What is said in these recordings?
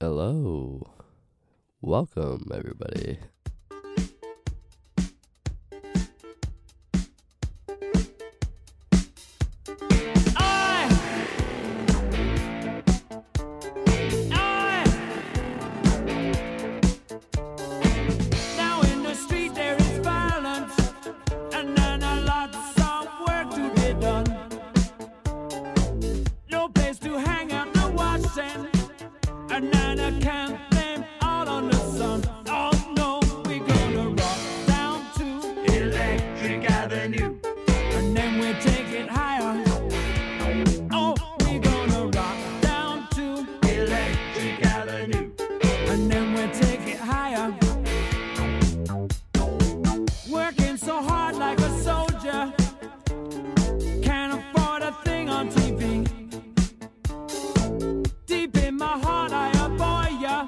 Hello. Welcome, everybody. Now in the street there is violence, and then a lot of work to be done. No place to hang out, no washing, and then I can't blame all on the sun. Oh no, we're gonna rock down to Electric Avenue, and then we take it higher. Oh, we're gonna rock down to Electric Avenue, and then we take it higher. Working so hard like a soldier. Can't afford a thing on TV. Deep in my heart, I abhor ya.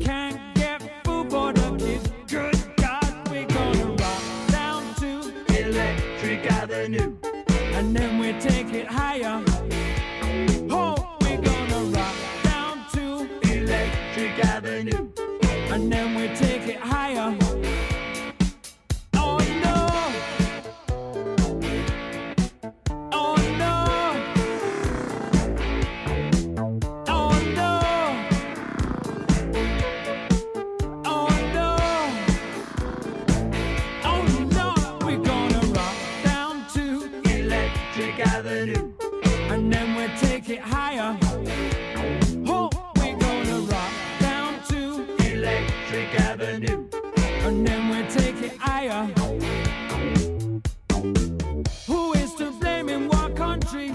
Can't get food for the kids. Good God, we're gonna rock down to Electric Avenue. And then we take it higher. Oh, we're gonna rock down to Electric Avenue. And then we take it higher. Oh no! Oh no! Oh no! Oh no! Oh no! We're gonna rock down to Electric Avenue, and then we'll take it higher. Oh, we're gonna rock down to Electric Avenue, and then we'll take it higher. Who is to blame in what country?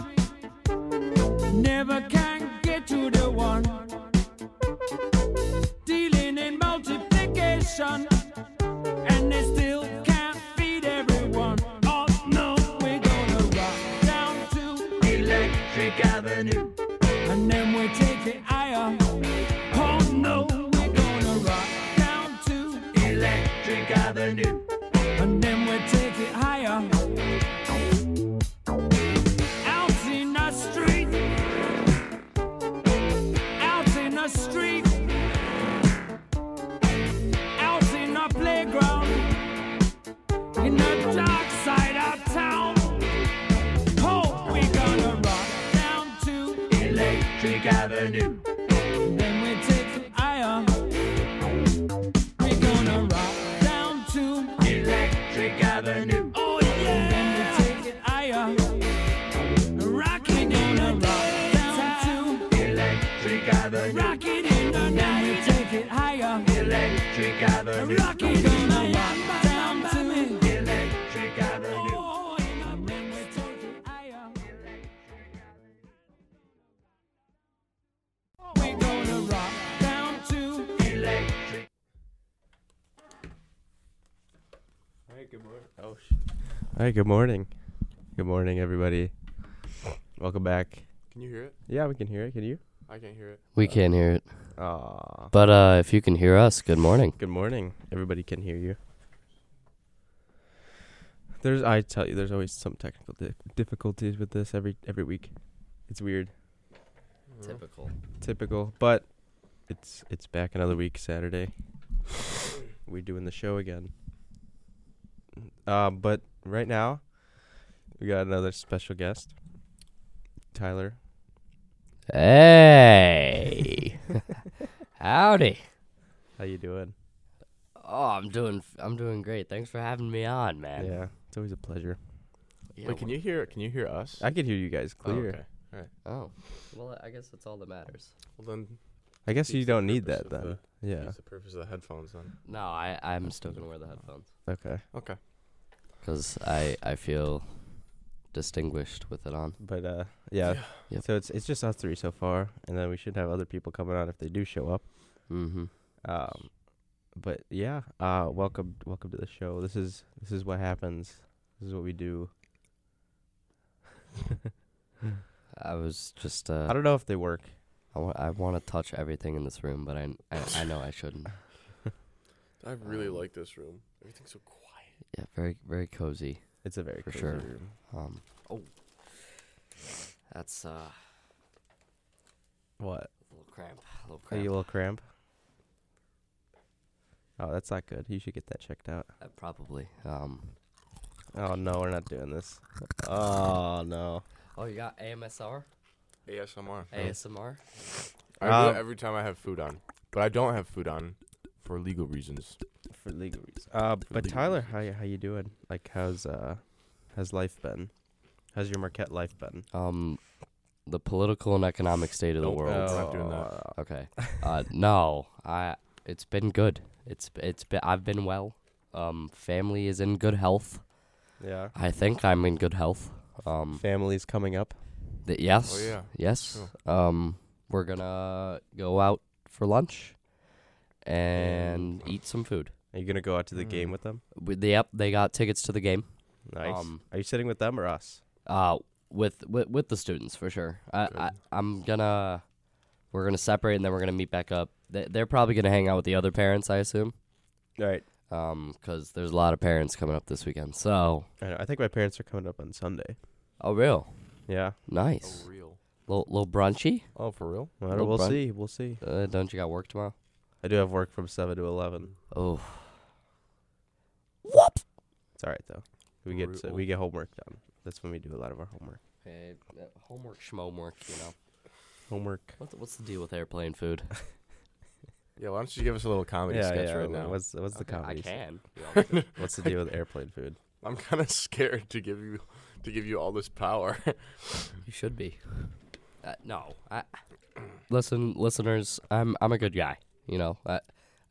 Never can get to the one. Dealing in multiplication, and they still can't feed everyone. Oh no, we're gonna rock down to Electric Avenue, and then we take it higher. Oh no, we're gonna rock down to Electric Avenue, and then we take it higher out in the street, out in the street, out in the playground, in the dark side of town. Oh, we gonna rock down to Electric Avenue. Then we take it higher. We gonna rock down to Electric Avenue. Oh yeah. Then we take it higher. Rockin' in the night down to Electric Avenue. Rockin' in the night, take it higher. Electric Avenue. Rockin' in the night down to oh, Electric Avenue. Oh, and then we take it higher. We're gonna rock down to Electric. All right, good morning. Good morning, everybody. Welcome back. Can you hear it? Yeah, we can hear it. Can you? I can't hear it. We can't hear it. Uh, Aw. But uh, if you can hear us, good morning. Good morning. Everybody can hear you. There's, I tell you, there's always some technical di- difficulties with this every every week. It's weird, Typical. typical, but it's it's back another week Saturday. We're doing the show again. Um, but right now, we got another special guest, Tyler. Hey. Howdy. How you doing? Oh, I'm doing I'm doing great. Thanks for having me on, man. Yeah, it's always a pleasure. Yeah, Wait, can wha- you hear? Can you hear us? I can hear you guys Oh, clear. okay. Oh. Well, I guess that's all that matters. Well then, I guess defeats you the don't need purpose that of then. yeah. use the purpose of the headphones then. No, I I'm still going to wear the headphones Okay. Okay. cuz I I feel distinguished with it on. But uh, yeah. Yeah. Yep. So it's it's just us three so far, and then we should have other people coming on if they do show up. Mhm. Um, but yeah. Uh, welcome welcome to the show. This is this is what happens. This is what we do. I was just uh I don't know if they work. I want I want to touch everything in this room, but I I, I know I shouldn't. I really Um, like this room. Everything's so quiet. Yeah, very very cozy. It's a very For cozy sure. room. Um Oh. That's uh What? a little cramp. A little Are you a cramp. little cramp? Oh, that's not good. You should get that checked out. Uh, probably. Um. Oh no, we're not doing this. Oh no. Oh, you got AMSR, ASMR. ASMR. I do Um, it every time I have food on, but I don't have food on for legal reasons. For legal reasons. Uh, but legal Tyler, how you how you doing? Like, how's uh, how's life been? How's your Marquette life been? Um, the political and economic state of the Nope. world. Uh, not doing that. Oh, Okay. Uh, no, I. It's been good. It's it's been I've been well. Um, family is in good health. Yeah. I think I'm in good health. Um, Family's coming up. th- yes. Oh, yeah. Yes. Um, we're gonna go out for lunch, and eat some food. Are you gonna go out to the game Mm. with them? With the yep, they got tickets to the game. Nice. Um, Are you sitting with them or us? Uh, with with, with the students for sure. I, I I'm gonna we're gonna separate and then we're gonna meet back up. They, they're probably gonna hang out with the other parents, I assume, All right. Um, 'cause there's a lot of parents coming up this weekend. So, I, know. I think my parents are coming up on Sunday. oh, real Yeah. nice, real. little little brunchy. Oh, for real? Well, Oh, we'll Brian. see. We'll see. Uh, don't you got work tomorrow? I do have work from seven to eleven. Oh, It's all right though. We get Brutal. we get homework done. That's when we do a lot of our homework. hey, uh, homework, schmomework. You know, Homework. what's what's the deal with airplane food? Yeah, why don't you give us a little comedy sketch right now? What's what's the Okay, I comedy? can. What's the deal with airplane food? I'm kind of scared to give you to give you all this power. You should be. Uh, no, I listen, listeners. I'm I'm a good guy. You know, I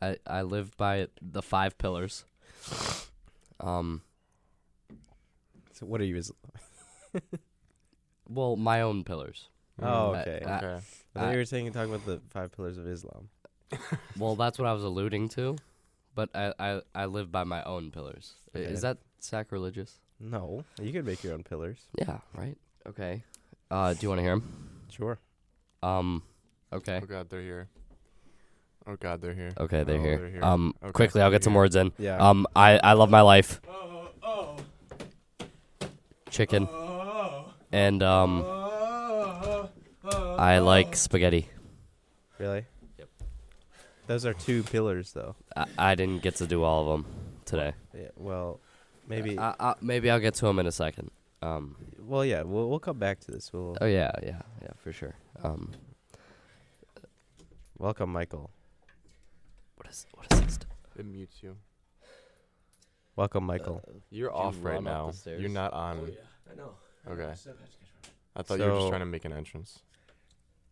I, I live by the five pillars. Um, So what are you? Is, well, my own pillars. oh, I- okay. I- okay. I thought I- you were saying talking about the five pillars of Islam. Well, that's what I was alluding to, but I I, I live by my own pillars. I- Okay. Is that sacrilegious? No, you could make your own pillars. Yeah. Right. Okay. Uh, do you want to hear him? Sure. Um. Okay. Oh God, they're here. Oh God, they're here. Okay, they're, Oh, here. they're here. Um, Okay, quickly, I'll they're get some here. words in. Yeah. Um, I, I love my life. oh, Chicken. oh. And um, oh, I like spaghetti. Really? Yep. Those are two pillars, though. I, I didn't get to do all of them today. Yeah, well, maybe. Uh, I, I, maybe I'll get to them in a second. Um, well, yeah. We'll we'll come back to this. We'll oh yeah, yeah, yeah, for sure. Um, welcome Michael. what is what is this? It mutes you. Welcome Michael. You're you off right run up now. the stairs? You're not on. I know. Okay. I thought you were just So- trying to make an entrance.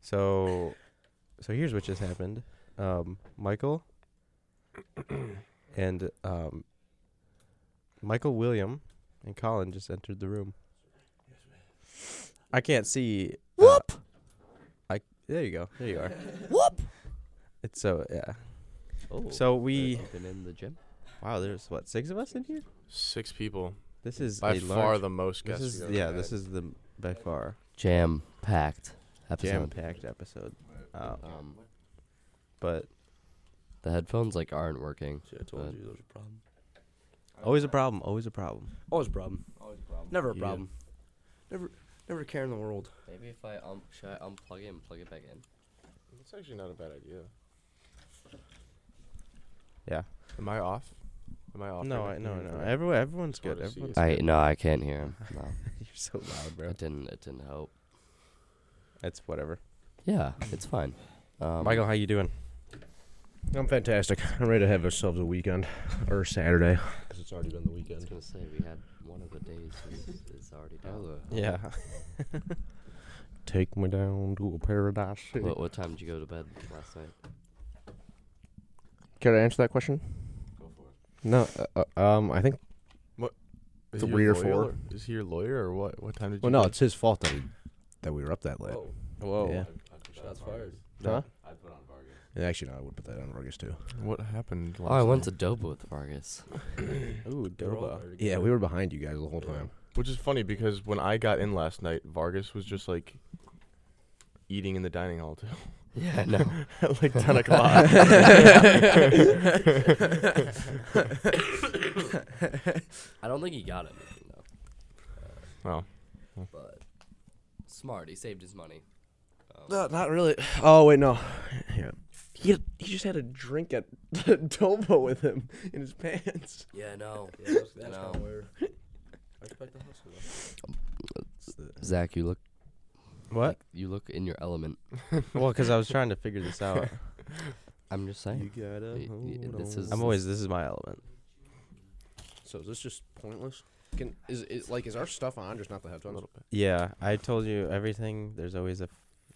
So, so here's what just happened. Um, Michael and um, Michael William and Colin just entered the room. I can't see. Whoop. I there you go. There you are. Whoop. It's so yeah. Oh, So we been in the gym. wow. There's what six of us in here. Six people. This is By a far large, the most This guests. is we've ever yeah. had. This is the by far Jam packed jam episode. packed episode. Um, Um, but the headphones like aren't working. See, I told you there was a problem. always a problem. Always a problem. Always a problem. Never a Yeah. problem. Never, never a care in the world. Maybe if I um should I unplug it and plug it back in? That's actually not a bad idea. Yeah. Am I off? Am I off? No, right I, now? no, Yeah, no. okay. Everyone, everyone's Sort good. of see Everyone's it. I no, I can't hear him. No, You're so loud, bro. it didn't. It didn't help. It's whatever. Yeah, it's fine. Um, Michael, how you doing? I'm fantastic. I'm ready to have ourselves a weekend or Saturday because it's already been the I was weekend. gonna say we had one of the days is, is already done. Yeah. Take me down to a paradise. city. What, what time did you go to bed last night? Can I answer that question? No. Uh, uh, um, I think. Is The he your weird lawyer four. or- Is he your lawyer or what? What time did you? Well, no, go? it's his fault that we, that we were up that late. Whoa. Yeah. Shots fired. Huh? And actually, no, I would put that on Vargas too. What happened? Oh, I last went to night? Doba with Vargas. Ooh, Doba. Yeah, we were behind you guys the whole time. Which is funny because when I got in last night, Vargas was just like eating in the dining hall too. Yeah, no. At like ten o'clock. I don't think he got anything though. well, But smart, he saved his money. Um, not really. Oh wait, no. Yeah. He, had, he just had a drink at Domo with him in his pants. Yeah, no. that's No. kinda weird. I expect the hustle though. Zach, you look What? you look in your element. well, because I was trying to figure this out. I'm just saying. gotta Y- y- this is- I'm always this is my element. So is this just pointless? Can is it like is our stuff on just not the headphones? little bit. Yeah, I told you everything. There's always a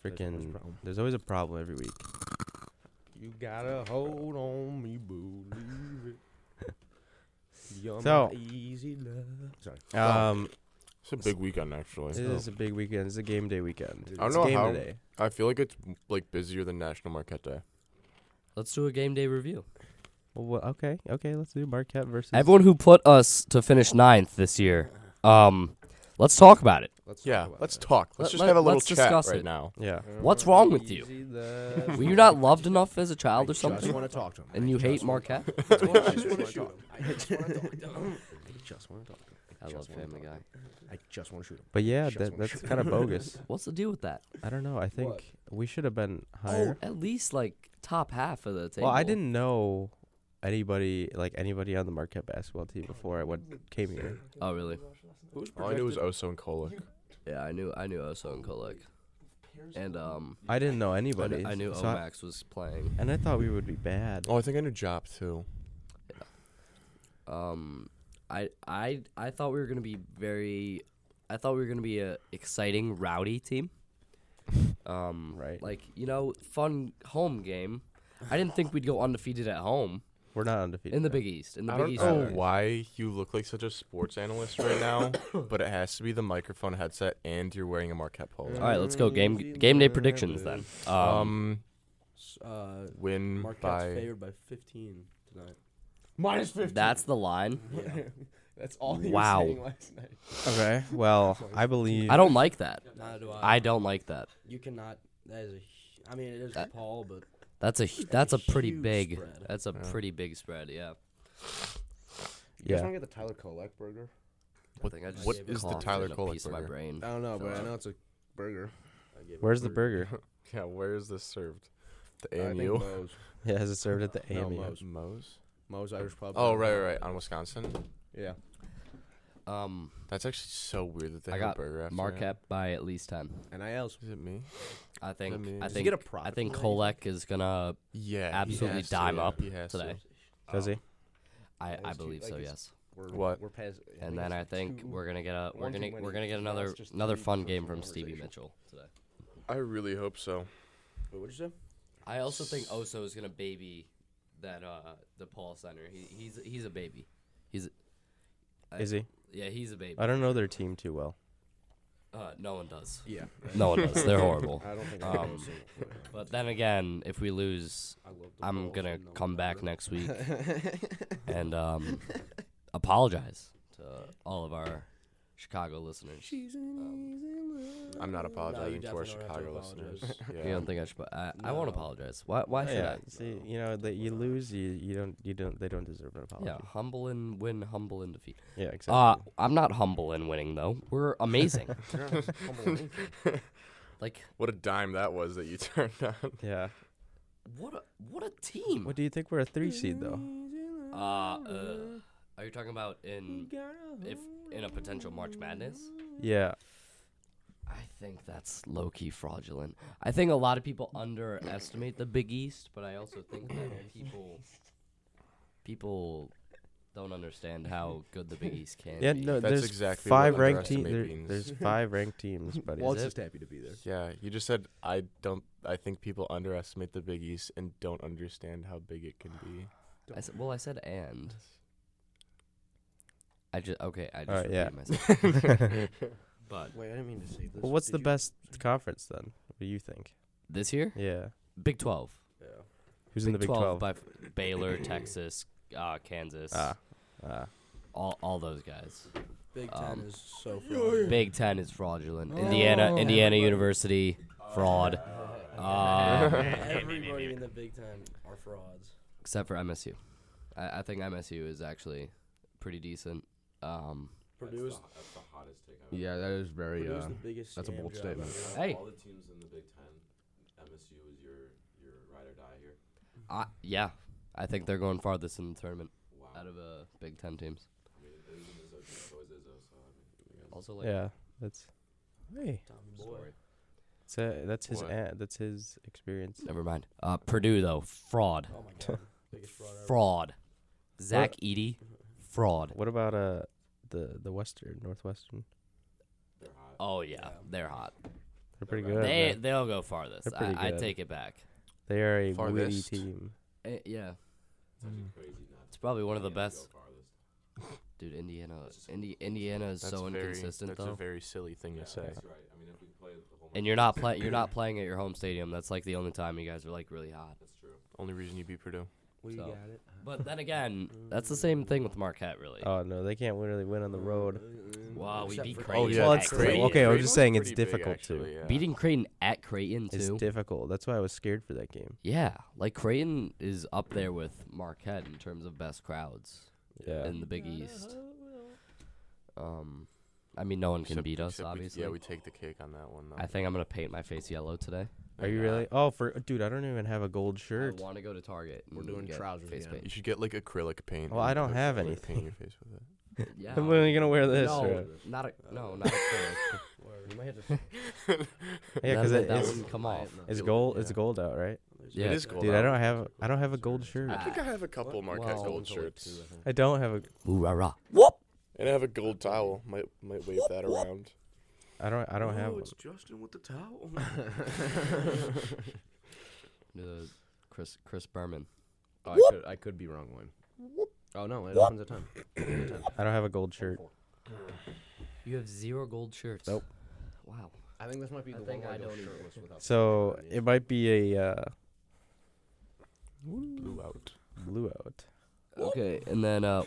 There's always freaking. problem. There's always a problem every week. You gotta hold on me, believe it. You're So- my easy love. Sorry. Um, It's a big weekend, actually. it is a big weekend. It's a game day weekend. I don't It's know game how- Day. I feel like it's like busier than National Marquette Day. Let's do a game day review. Well, wha- okay, okay. Let's do Marquette versus. Everyone who put us to finish ninth this year, um, let's talk about it. Let's Yeah, let's talk. talk. Let's Let- just let- have a little let's chat discuss right it. now. Yeah. What's wrong with you? Were you not loved enough as a child or I just something? want to talk to him. And you hate Marquette? I just want to shoot him. I just want to talk to him. I just want to talk to him. I love Family Guy. I just want to shoot him. But yeah, Shots that, on that's shoe. kind of bogus. What's the deal with that? I don't know. I think we should have been Oh, higher. at least like top half of the table. well, I didn't know anybody like anybody on the Marquette basketball team before I went came here. Oh, really? All I knew was Oso and Kolek. Yeah, I knew I knew Oso and Kolek, and um, I didn't know I, anybody. kn- I knew so I- Omax was playing. and I thought we would be bad. Oh, I think I knew Jop too. Um, I I I thought we were gonna be very, I thought we were gonna be a exciting, rowdy team. Um, Right. Like you know, fun home game. I didn't think we'd go undefeated at home We're not undefeated. in the no. Big East. In the I Big don't East, know rather. why you look like such a sports analyst right now, but it has to be the microphone headset and you're wearing a Marquette All polo. right, let's go game game day predictions then. Um, Um, Uh, win Marquette's by. favored by 15 tonight. Minus 15. that's the line. Yeah. That's all he was Wow. saying last night. Okay. Well, I believe. I don't like that. Neither do I. I don't like that. You cannot. That is a. hu- I mean, it is That- Paul, but That's a hu- that's a pretty huge big spread. that's a Yeah. pretty big spread. Yeah. You guys Yeah. want to get the Tyler Kolek burger? What, I think I just what gave is the Colin Tyler a Kolek piece of my burger? brain. I don't know, but I Tyler. know it's a burger. I gave it Where's the for- burger? Yeah, where is this served? The I think AMU. Moe's. Yeah, has it served at the E? No, AMU? Moe's. Moe's. Moe's Irish Pub. Oh right, right, right. On Wisconsin. Yeah. Um, That's actually so weird that they I have got a burger after Marquette by at least ten. NILs. That. Is it me? I think. mean- I Does Did you think. get a product? I think line? Kolek is gonna. Yeah. he Absolutely has to, dime yeah. up He has to. today. Does he? I, Like, I it's two- believe like, so. it's- Yes. We're, What? We're past, And then I think we're gonna get a we're one, two gonna winning we're gonna get teams, another that's just another three fun per game from Stevie conversation. Mitchell today. I really hope so. What would you say? I also think Oso is gonna baby that uh the Paul Center. He he's he's a baby. He's I- Is he? yeah he's a baby. I don't know their team too well. Uh, no one does. Yeah. No one does. They're horrible. I don't think I Um, know. But then again, if we lose, I love the I'm balls gonna and no come back butter. next week and um, apologize to all of our Chicago listeners. Um, I'm No, not you apologizing to definitely our don't have to Chicago listeners. apologize. Yeah. You don't think I should? I, I won't No. apologize. Why? Why should yeah. I? See, you know, they, you lose, you, you don't, you don't, they don't deserve an apology. Yeah, humble and win, humble and defeat. Yeah, exactly. Uh, I'm not humble in winning though. We're amazing. like What a dime that was that you turned on. yeah. what? A, what a team. What do you think? We're a three seed though. uh, uh, are you talking about in if in a potential March Madness? Yeah. I think that's low key fraudulent. I think a lot of people underestimate the Big East, but I also think that people people don't understand how good the Big East can Yeah. be. No, That's there's exactly what five ranked teams. underestimate means. there's five ranked teams, buddy. Walt's it? just happy to be there. Yeah, you just said I don't. I think people underestimate the Big East and don't understand how big it can be. I said, well, I said and. I just okay. I just All right, repeated yeah. myself. But Wait, I didn't mean to say this. well, what's Did the you- best conference then? What do you think? this year, Yeah. Big Twelve. Who's in the Big Twelve? by f- Baylor, Texas, uh, Kansas, Ah. Ah. all all those guys. Big Ten Um, is so fraudulent. Big Ten is fraudulent. Indiana, Indiana University, fraud. Um, Everybody in the Big Ten are frauds. except for MSU. I, I think MSU is actually pretty decent. Um, Purdue is Yeah, that is very. uh, Purdue's the biggest. that's a scam bold job I've statement. ever- hey, teams in the Big Ten, MSU is your your ride or die here? I, yeah, I think they're going farthest in the tournament out of uh, Big Ten teams. Also, like, yeah, that's. Hey, it's a, that's his What? ad, that's his experience. never mind. Uh, Purdue though, fraud, Oh my god. Biggest fraud ever. fraud. Zach Eady, fraud. What about uh the the Western Northwestern? Oh yeah, they're hot. They're pretty good. They man. they'll go farthest. They're pretty I, I good. take it back. they are a witty Farthest. team. Eh, yeah. Mm. It's probably one of the best. Dude, Indiana, Indi- Indiana is so very, inconsistent That's though. a very silly thing to say. and you're not playing. You're not playing at your home stadium. That's like the only time you guys are like really hot. Only reason you beat Purdue. We got it. But then again, that's the same thing with Marquette, really. Oh no, they can't really win on the road. wow, we Except beat for- Creighton. Oh, yeah, at it's Creighton. Creighton. Okay, I was just saying it's pretty big, difficult to- actually, yeah. Beating Creighton at Creighton It's too. difficult. That's why I was scared for that game. yeah, like Creighton is up there with Marquette in terms of best crowds Yeah. in the Big East. Um, I mean, no one can Except- beat us, except we- obviously. yeah, we take the cake on that one. Though. I think I'm gonna paint my face yellow today. Are you really? Oh, for dude, I don't even have a gold shirt. I want to go to Target. We're and doing get trousers face again. You paint. should get like acrylic paint. Well, I and don't put have acrylic anything. Paint your face with it. Yeah. I'm literally gonna wear this. no, right? not a, no, not a clear. You might have to. Yeah, because that, it, that it's, wouldn't come off. it's gold. It's gold out, right? Yeah. It is gold. Dude, I out. don't have. I don't have a gold shirt. I think I have a couple Marquette well, gold until, shirts, I don't have a. Ooh, rah, rah. and I have a gold towel. Might might wave that around. I don't. I don't have. Oh, One. it's Justin with the towel. The Chris Chris Berman. Oh, I could, I could be wrong one. Oh no, it opens a time. I don't have a gold shirt. You have zero gold shirts. Nope. Wow. I think this might be the think one where I I go don't either. shirtless without. So it might be a uh, Blew out. blue out. Okay, and then uh,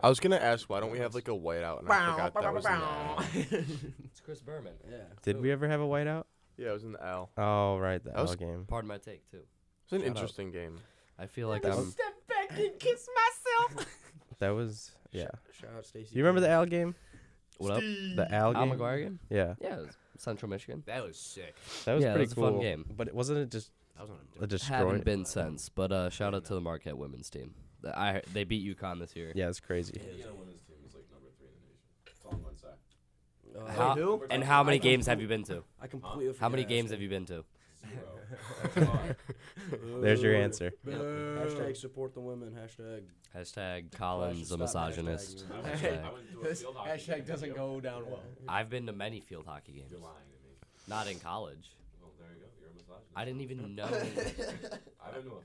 I was gonna ask why don't we have like a whiteout, and I forgot that was in the L. it's Chris Berman. Did we ever have a whiteout? Yeah, it was in the L. Oh, right, the That was- L game. Pardon my take too. It was an Shout out. interesting game. I feel like I'm. That was yeah. Shout out Stacy. Do you remember the Al game? What up? The Al Al game. McGuire game? Yeah, Yeah, it was Central Michigan. That was sick. that was Yeah, that pretty was a cool. fun game. But it wasn't it just That was on a a destroy? Haven't been since, but uh, shout out to the Marquette women's team. Th- I they beat UConn this year. Yeah, it's crazy. How- and how many games have you been to? Oh, I completely How many games have you been to? There's your answer. Hashtag support the women. Hashtag. Hashtag Collins a Stop hashtag, misogynist. man. Hashtag. This hashtag doesn't go down well. I've been to many field hockey games. Not in college. Well, there you go. You're a misogynist. I didn't even know.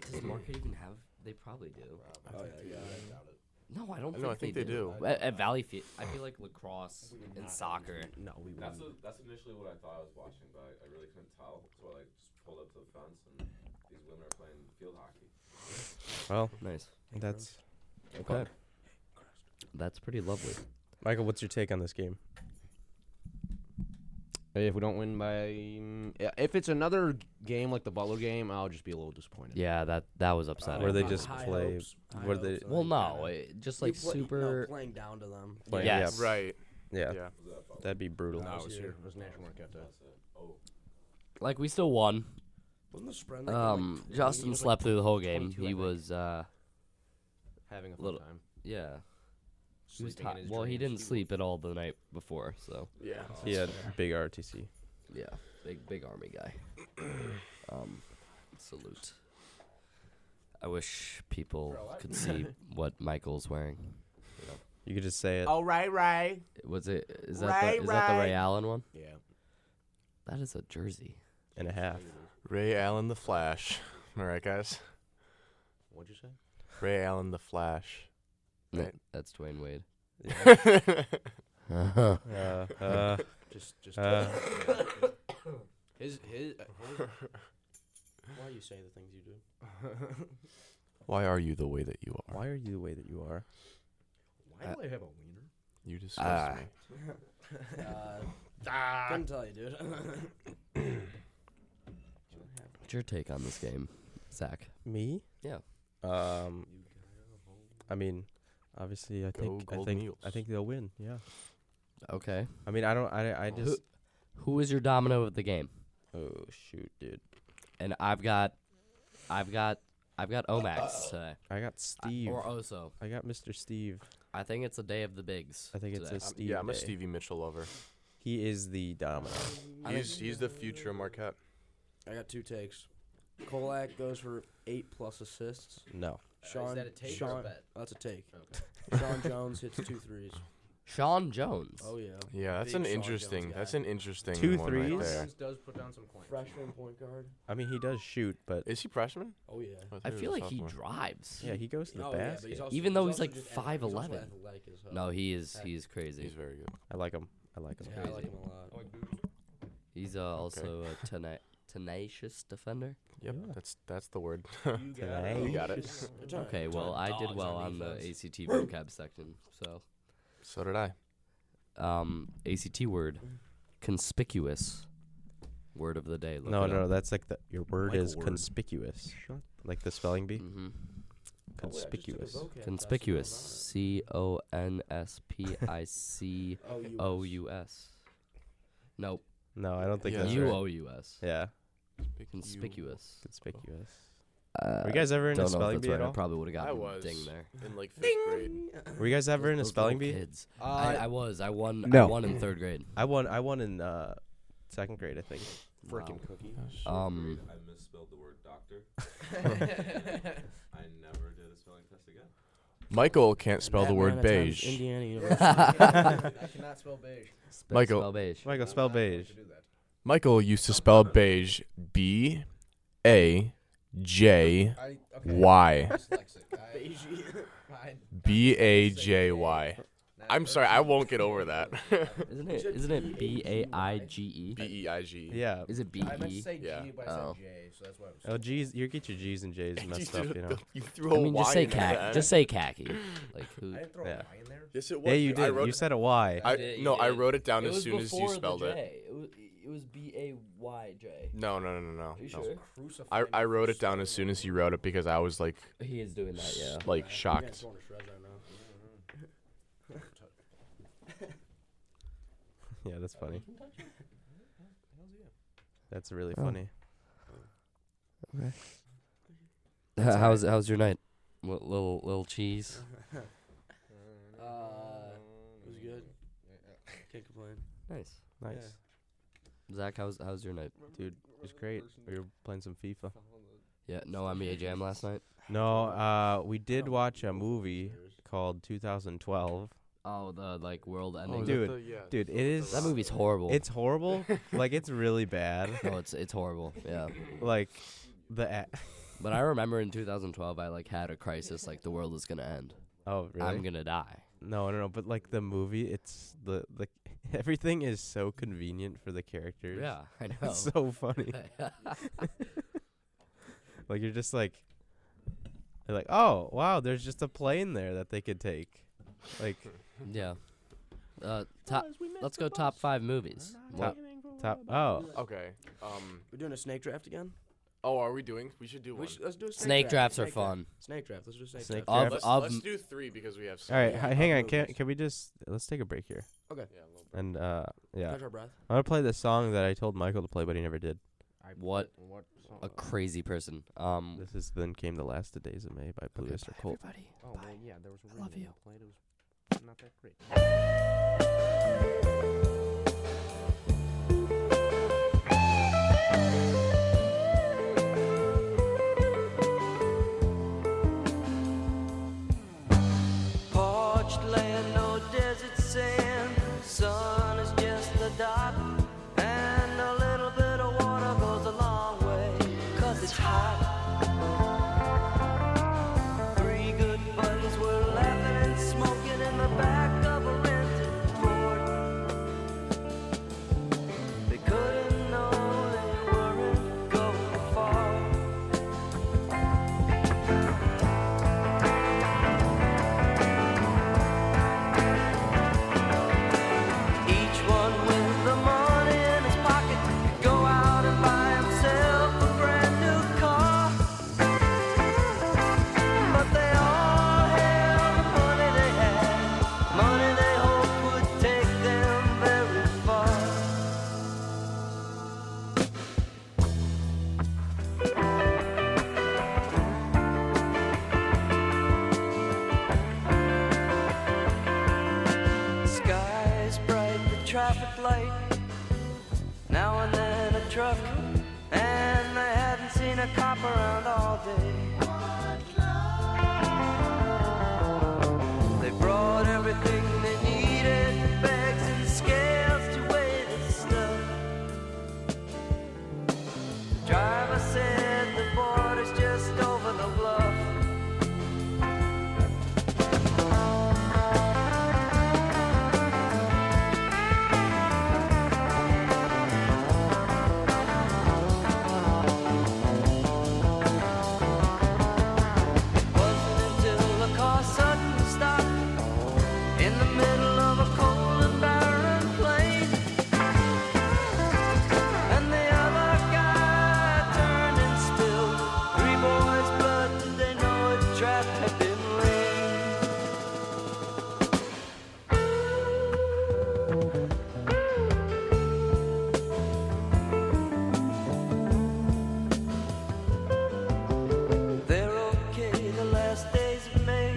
Does Marquette even have? They probably do. Oh, No, I don't. I know. I think they do. At, at Valley Field, I feel like lacrosse and soccer. No, we won't. That's initially what I thought I was watching, but I, I really couldn't tell, so I like just pulled up to the fence and these women are playing field hockey. Well, Nice. that's Okay. That's pretty lovely. Michael. What's your take on this game? If we don't win by, um, yeah, if it's another game like the Butler game, I'll just be a little disappointed. Yeah, that that was upsetting. Where they high just hopes, play? high Where they? hopes. well, no, kinda- it, just like You play- no, super. playing down to them. Playing, Yes. Yeah, Right. yeah, Yeah. that'd be brutal. No, it was here. It was National Marquette Day. Like we still won. Wasn't the spread like, Um, like, Justin 20? slept through the whole game. 22, I He think. was uh, having a fun little- time. yeah. He was sleeping in ti- his well, he dreams. didn't sleep at all the night before, so Yeah. He had big RTC. yeah, big big army guy. um, salute. I wish people could see what Michael's wearing. You could just say it. Oh. All right, right. Was it is that Right, the, is that the right. Ray Allen one? Yeah. That is a jersey. and a half. Ray Allen the Flash. All right, guys. What'd you say? Ray Allen the Flash. No, Right. That's Dwayne Wade. Uh, uh, Just, just. uh, his, his. uh, why are you saying the things you do? Why are you the way that you are? why are you the way that you are? Why do I have a wiener? You disgust Ah. me. Uh, ah. Couldn't tell you, dude. What's your take on this game, Zach? Me? Yeah. Um, I mean, obviously, I Go think I Golden think I Eagles. think they'll win. Yeah. Okay. I mean, I don't. I I just Who was your domino of the game? Oh shoot, dude. and I've got, I've got, I've got Omax today, I got I- Steve. or Oso. I got Mr. Steve. I think it's a day of the bigs. I think it's today. a Steve. Um, yeah, I'm a day. Stevie Mitchell lover. He is the domino. I He's he's the future of Marquette. I got two takes. Kolak goes for eight plus assists. No. Uh, Sean, that a take or a Sean, oh, bet? That's a take. Okay. Sean Jones hits two threes. Sean Jones. Oh yeah. Yeah, that's Big an Sean Jones interesting. guy. That's an interesting Two one threes? right there. Jones does put down some coins. Freshman point guard. I mean, he does shoot, but Is he freshman? Oh yeah. I thought feel was like he sophomore. drives. yeah, he goes to the oh, yeah, but basket. he's also, Even though he's, he's, like, also just athletic- he's also 5'11". athletic as hell. No, he is. Heck. He's crazy. He's He's, very good. I like him. I like him. Yeah, I like him a lot. uh, also a tena- tenacious defender. Yep, Yeah. that's that's the word. Today. got it. We're talking- Okay, we're well, I talking did dogs well on the defense. ACT vocab section. So, So did I. um, ACT word, conspicuous. Word of the day. Look No, it no, up. that's like the your word Like a is word. conspicuous. Like the spelling bee. Mhm. Oh, wait, I just took a Conspicuous. vocab class Conspicuous. with C O N S P I C Oh, Ron on it. Oh, O U S. Nope. No, I don't think Yeah. that's U right. O U S. Yeah, Conspicuous. conspicuous. Uh, Were you guys ever in a don't know spelling if that's bee right. at I all? probably would have I gotten a was. ding there. In like fifth grade. Were you guys ever in a Those spelling little bee? Kids. Uh, I, I was. I won. I no. won in third grade. I won. I won in uh, second grade, I think. Freaking cookie. Um. I misspelled the word doctor. I never did a spelling test again. Michael can't spell the word beige. Indiana I cannot spell beige. spe- Michael. spell beige. Michael, spell beige. Michael used to spell beige B A J I, okay. Y. Dyslexic. I, I, B A J Y. I'm sorry, I won't get over that. Isn't it? Isn't it B A I G E? B E I G. Yeah. Is it B I meant to E? say G, Yeah. but I Oh. said J, so that's why I was. Oh, G's. You get your G's and J's messed up, you know. You threw I a mean, just Y say in there. khaki. Just say khaki. Like who? I didn't throw Yeah. a Y in there. Yes, it was. Yeah, you I did. wrote, You said a Y. I, did, you no, I did. wrote it down as soon as you spelled it. It was, it was B A Y J. No, no, no, no, no. no. Crucify. I, I wrote it down as soon as you wrote it because I was like He is doing that, yeah. like shocked. Yeah, that's funny. That's really Oh. funny. how's how's your night? What, little little cheese. Uh, it was good. Can't complain. Nice. Uh-huh. Nice, Zach, how's how's your night? dude. It was great. We were playing some FIFA. Yeah, no NBA Jam last night. No, uh, we did watch a movie called 2012. Oh, the like world ending. is that Dude, Dude, it is. that movie's horrible. It's horrible. like it's really bad. no, it's it's horrible. Yeah. Like the. A- But I remember in 2012, I like had a crisis, like the world is gonna end. oh really? I'm gonna die. No, no, no. But like the movie, it's the the everything is so convenient for the characters. Yeah, I know. It's so funny. like you're just like, you're like, oh wow, there's just a plane there that they could take. Like yeah. Uh, top. Let's go top five movies. top, top. Oh, Okay. Um. We're doing a snake draft again. Oh, are we doing? We should do We one. should, let's do a snake, Snake draft. drafts are Snake draft. fun. Snake draft. Let's do a snake, Snake draft. Of let's, of let's do three because we have. all right. Yeah, hi- hang top on. Can movies. can we just let's take a break here? Okay. Yeah, a little bit. And uh, yeah, Catch our breath. I'm gonna play the song that I told Michael to play, but he never did. what What? Oh, song? a crazy person. Um. This is then came the last of days of May by Blue Oyster Cult. Everybody. Oh, well, yeah, there was a love reason you. I played. It was not that great. Parched land, no desert sand. Sun is just a dot. And a little bit of water goes a long way. Cause it's hot. Three good buddies were laughing and smoking in the back of a rented Ford. traffic light. Now and then a truck, and I hadn't seen a cop around all day. They brought everything they needed, bags and scales to weigh the stuff. Driver said the border's just over the bluff. Wasn't until the car suddenly stopped in the middle of a cold and barren plain. And the other guy turned and spilled three boys' blood. Did they know a trap had been laid? They're okay the last days of May,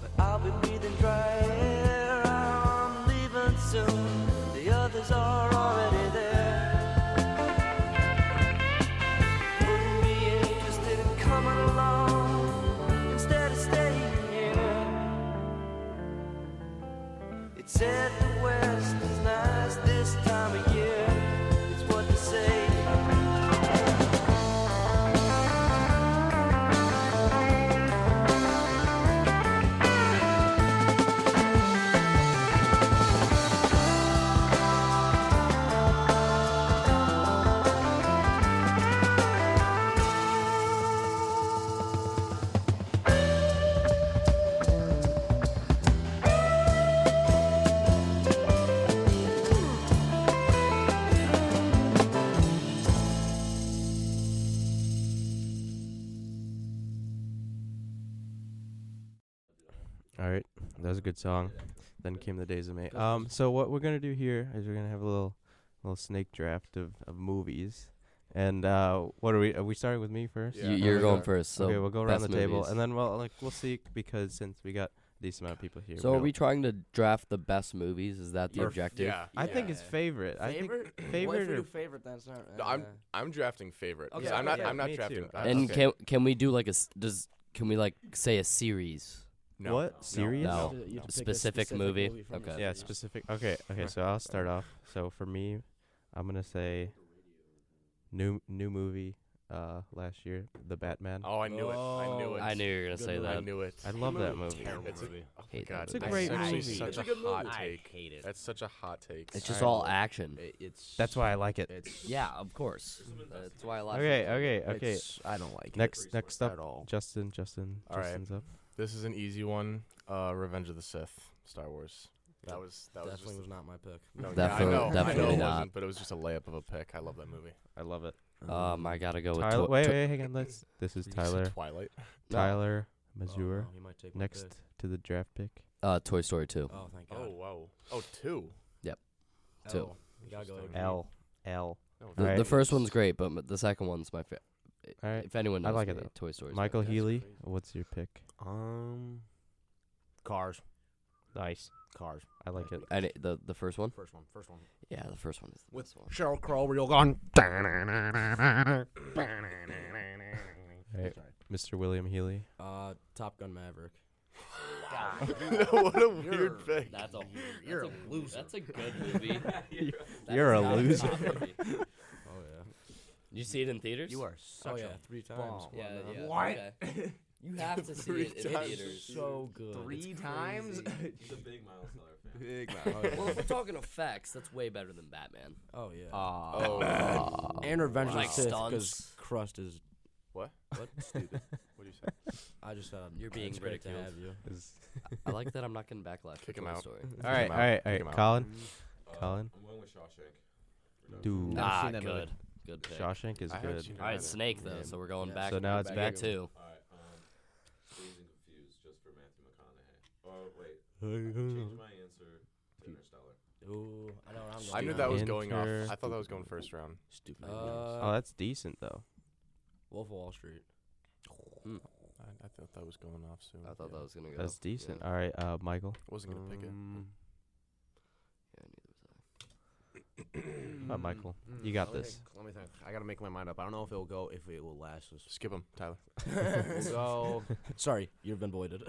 but I'll be breathing dry air. I'm leaving soon. The others are already there. Wouldn't be interested in coming along instead of staying here. It said the West is nice this time of year. It's what they say. All right, that was a good song. Then came the days of May. Um, so what we're gonna do here is we're gonna have a little, little snake draft of, of movies, and uh, what are we? Are we starting with me first? Y- you're going first. So okay, we'll go around the best table, movies. and then we'll like we'll see because since we got a decent amount of people here. so are we'll- we trying to draft the best movies? Is that the Or f- objective? Yeah. I think it's Favorite? favorite. I think Well, if favorite we do or favorite, then it's not. No, I'm uh, I'm drafting favorite. 'cause Okay, I'm not okay, I'm not me drafting. too. I- And okay. can can we do like a s- does can we like say a series? No. what? Serious? No. you have to- you have to pick a Specific movie? from the Okay. Yeah, series. specific. Okay, okay. So I'll start off. So for me, I'm gonna say new new movie uh last year, The Batman. Oh, I knew it. I knew it. I knew you were gonna say I that. knew it. I love that movie. It's a, oh my Hate that God, movie. It's a great that's actually movie. Such It's a, a hot I take. hate it. That's such a hot take. It's just all action. It- It's That's why I like it. It's uh, Yeah, of course. That's why I like Okay, okay, okay. It's, I don't like it. Next, next at up, all. Justin. Justin. All right. Justin's up. This is an easy one. Uh, Revenge of the Sith, Star Wars. That was that was Definitely just was not my pick. no, yeah, Defo- I know, I know definitely it not. wasn't, but it was just a layup of a pick. I love that movie. I love it. Uh-huh. Oh, Um, I gotta go with Tyler. Tw- wait, Tw- wait, hang on. Let's. This is You said Tyler. Twilight. No. Tyler Oh, Mazur. no, he might take my Next pick. to the draft pick. Uh, Toy Story Two. Oh, thank God. Oh wow. Oh two. two. L. You gotta go Mm-hmm. Interesting. L. L. L. Oh, The, Alright. the first one's great, but m- the second one's my favorite. All right. If anyone I knows like it me, though. Toy Story. Michael That's Healy. crazy. What's your pick? Um, cars, Nice. cars. I like it. And it, the the first one. First one, first one. Yeah, the first one is the best one. Cheryl Crow, real gone. All right. Mr. William Healy. Uh, Top Gun Maverick. what a weird pick. That's a you're that's a, loser. That's a good movie. You're a loser. Oh yeah. You see it in theaters? You are such oh yeah. a Three times. bomb. Come on now. What? You have to see it in times. theaters. So good. Three times. He's a big Miles Teller fan. well, if we're talking effects, that's way better than Batman. Oh yeah. Oh, and Revenge of the like Sith because stunts. Crust is. What? What? Stupid. What do you say? I just thought You're being it's great ridiculed. To have you. I like that. I'm not getting backlash. for Kick him Toy out. Story. all right. him All out, right. kick All him right. out. Colin. Uh, Colin. I'm going with Shawshank. Dude. Never Ah, seen that good. movie. Good pick. Shawshank is I haven't good. seen it All right, either. Snake though. So we're going Yeah. back. So now it's back to- two. Alright, um, Dazed and Confused just for Matthew McConaughey. Oh, wait. uh. Change my answer to Interstellar. Ooh, I know what I'm going. I knew with. that was going off. Enter- I thought that was going first round. Stupid. Uh, Oh, that's decent though. Wolf of Wall Street. I, I thought that was going off soon. I thought that was gonna go. Um, That's decent. All right. Uh, Michael. I wasn't gonna pick it. Yeah, neither was Uh, Michael, you got Mm, Let me this. think, Let me think. I gotta make my mind up. I don't know if it'll go. If it will last. us. Skip him, Tyler. we'll go. Sorry, you've been voided.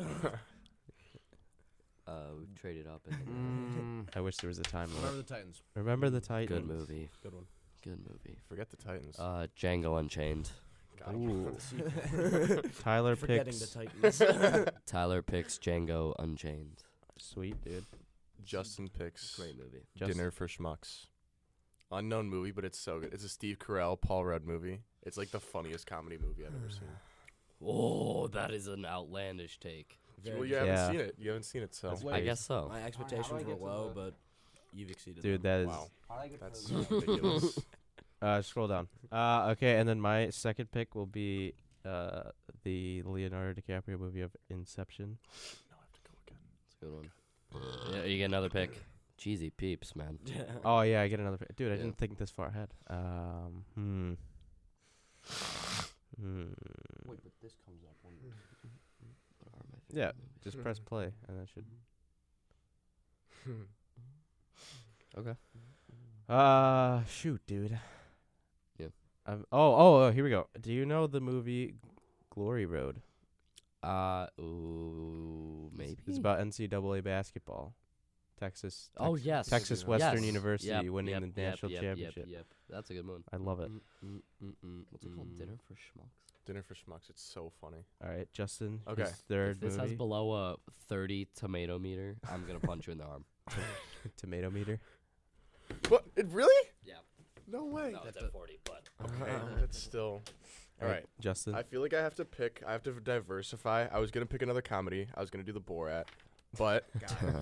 Uh, we traded up. And Mm, I wish there was a time remember limit. the Titans. Remember the Titans. good movie. Good one. Good movie. Forget the Titans. Uh, Django Unchained. Ooh. Tyler Forgetting the picks. Titans. Tyler picks Django Unchained. Sweet dude. Justin picks Great movie. Just- Dinner for Schmucks. Unknown movie, but it's so good. It's a Steve Carell, Paul Rudd movie. It's like the funniest comedy movie I've ever seen. Oh, that is an outlandish take. Very well, you good. haven't Yeah. seen it. You haven't seen it, so That's I guess so. My expectations get were to low, the- but you've exceeded Dude, them. that is. wow. That's That's ridiculous. Uh, scroll down. Uh, okay, and then my second pick will be uh the Leonardo DiCaprio movie of Inception. It's a good one. Yeah, you get another pick. Cheesy peeps, man. Oh yeah, I get another pick. Dude, I Yeah. didn't think this far ahead. Um, hmm. Hmm. Wait, but this comes up. When What are my favorite Yeah, movies? just press play, and that should. Okay. Uh, shoot, dude. Yeah. Um, oh, oh, oh, here we go. Do you know the movie Glory Road? Uh, ooh, maybe. It's about NCAA basketball. Texas. oh Tex- yes, Texas yes, Western yes, University yep, winning yep, the yep, national yep, yep, championship. Yep, that's a good one. I love it. Mm, mm, mm, mm, What's it called? Dinner for schmucks. Dinner for Schmucks. It's so funny. All right, Justin. his Okay. Third If this movie. has below a 30 tomato meter, I'm gonna punch you in the arm. tomato meter. What? It really? Yeah. No way. No, it's at 40, but Okay, that's still. All right. Justin. I feel like I have to pick. I have to diversify. I was gonna pick another comedy. I was gonna do the Borat, but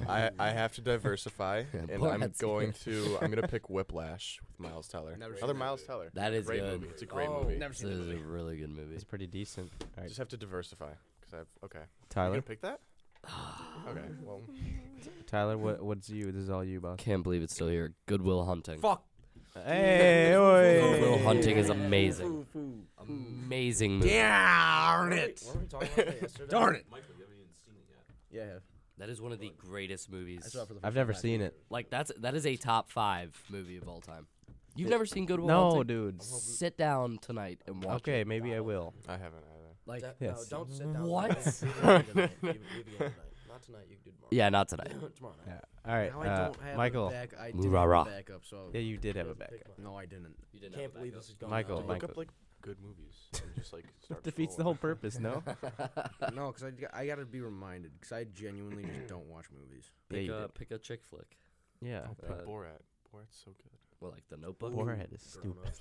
I I have to diversify, and I'm Borat's going to I'm gonna pick Whiplash with Miles Teller. Never seen another that Miles Teller. that is great good. movie. It's a great Oh, movie. This is a really good movie. it's pretty decent. All right, Just have to diversify. Cause I've okay. You gonna Tyler. pick that? okay. Well, Tyler, what what's you? This is all you, boss. Can't believe it's still here. Goodwill Hunting. Fuck. Hey, oi. Goodwill Hunting is amazing. Amazing movie. Darn it! What were we talking about that yesterday? Darn it! Michael, you haven't even seen it yet. Yeah, yeah. That is one of the greatest movies. saw it for the I've first never time last seen year. it. Like that's that is a top five movie of all time. You've never seen Goodwill No, Hunting? dude. Sit down tonight and watch. Okay, it. maybe I will. I haven't either. Like That- Yes. No, don't sit down. What? You have a good night. You have a good night. Not tonight. You can do tomorrow. yeah, not tonight. tomorrow night. Yeah. All right, Now I uh, don't have Michael. A back, I Ooh, did rah, have rah. a backup, so Yeah, you did have a backup. no, I didn't. You did Can't believe this is going. Michael, on. Look Michael. up like good movies and just like start. Defeats the scrolling. whole purpose, no? no, because I, g- I gotta be reminded, because I genuinely just don't watch movies. Yeah, Pick you a did. pick a chick flick. Yeah. Oh, pick Uh, Borat. Borat's so good. Well, like The Notebook. Borat is stupid.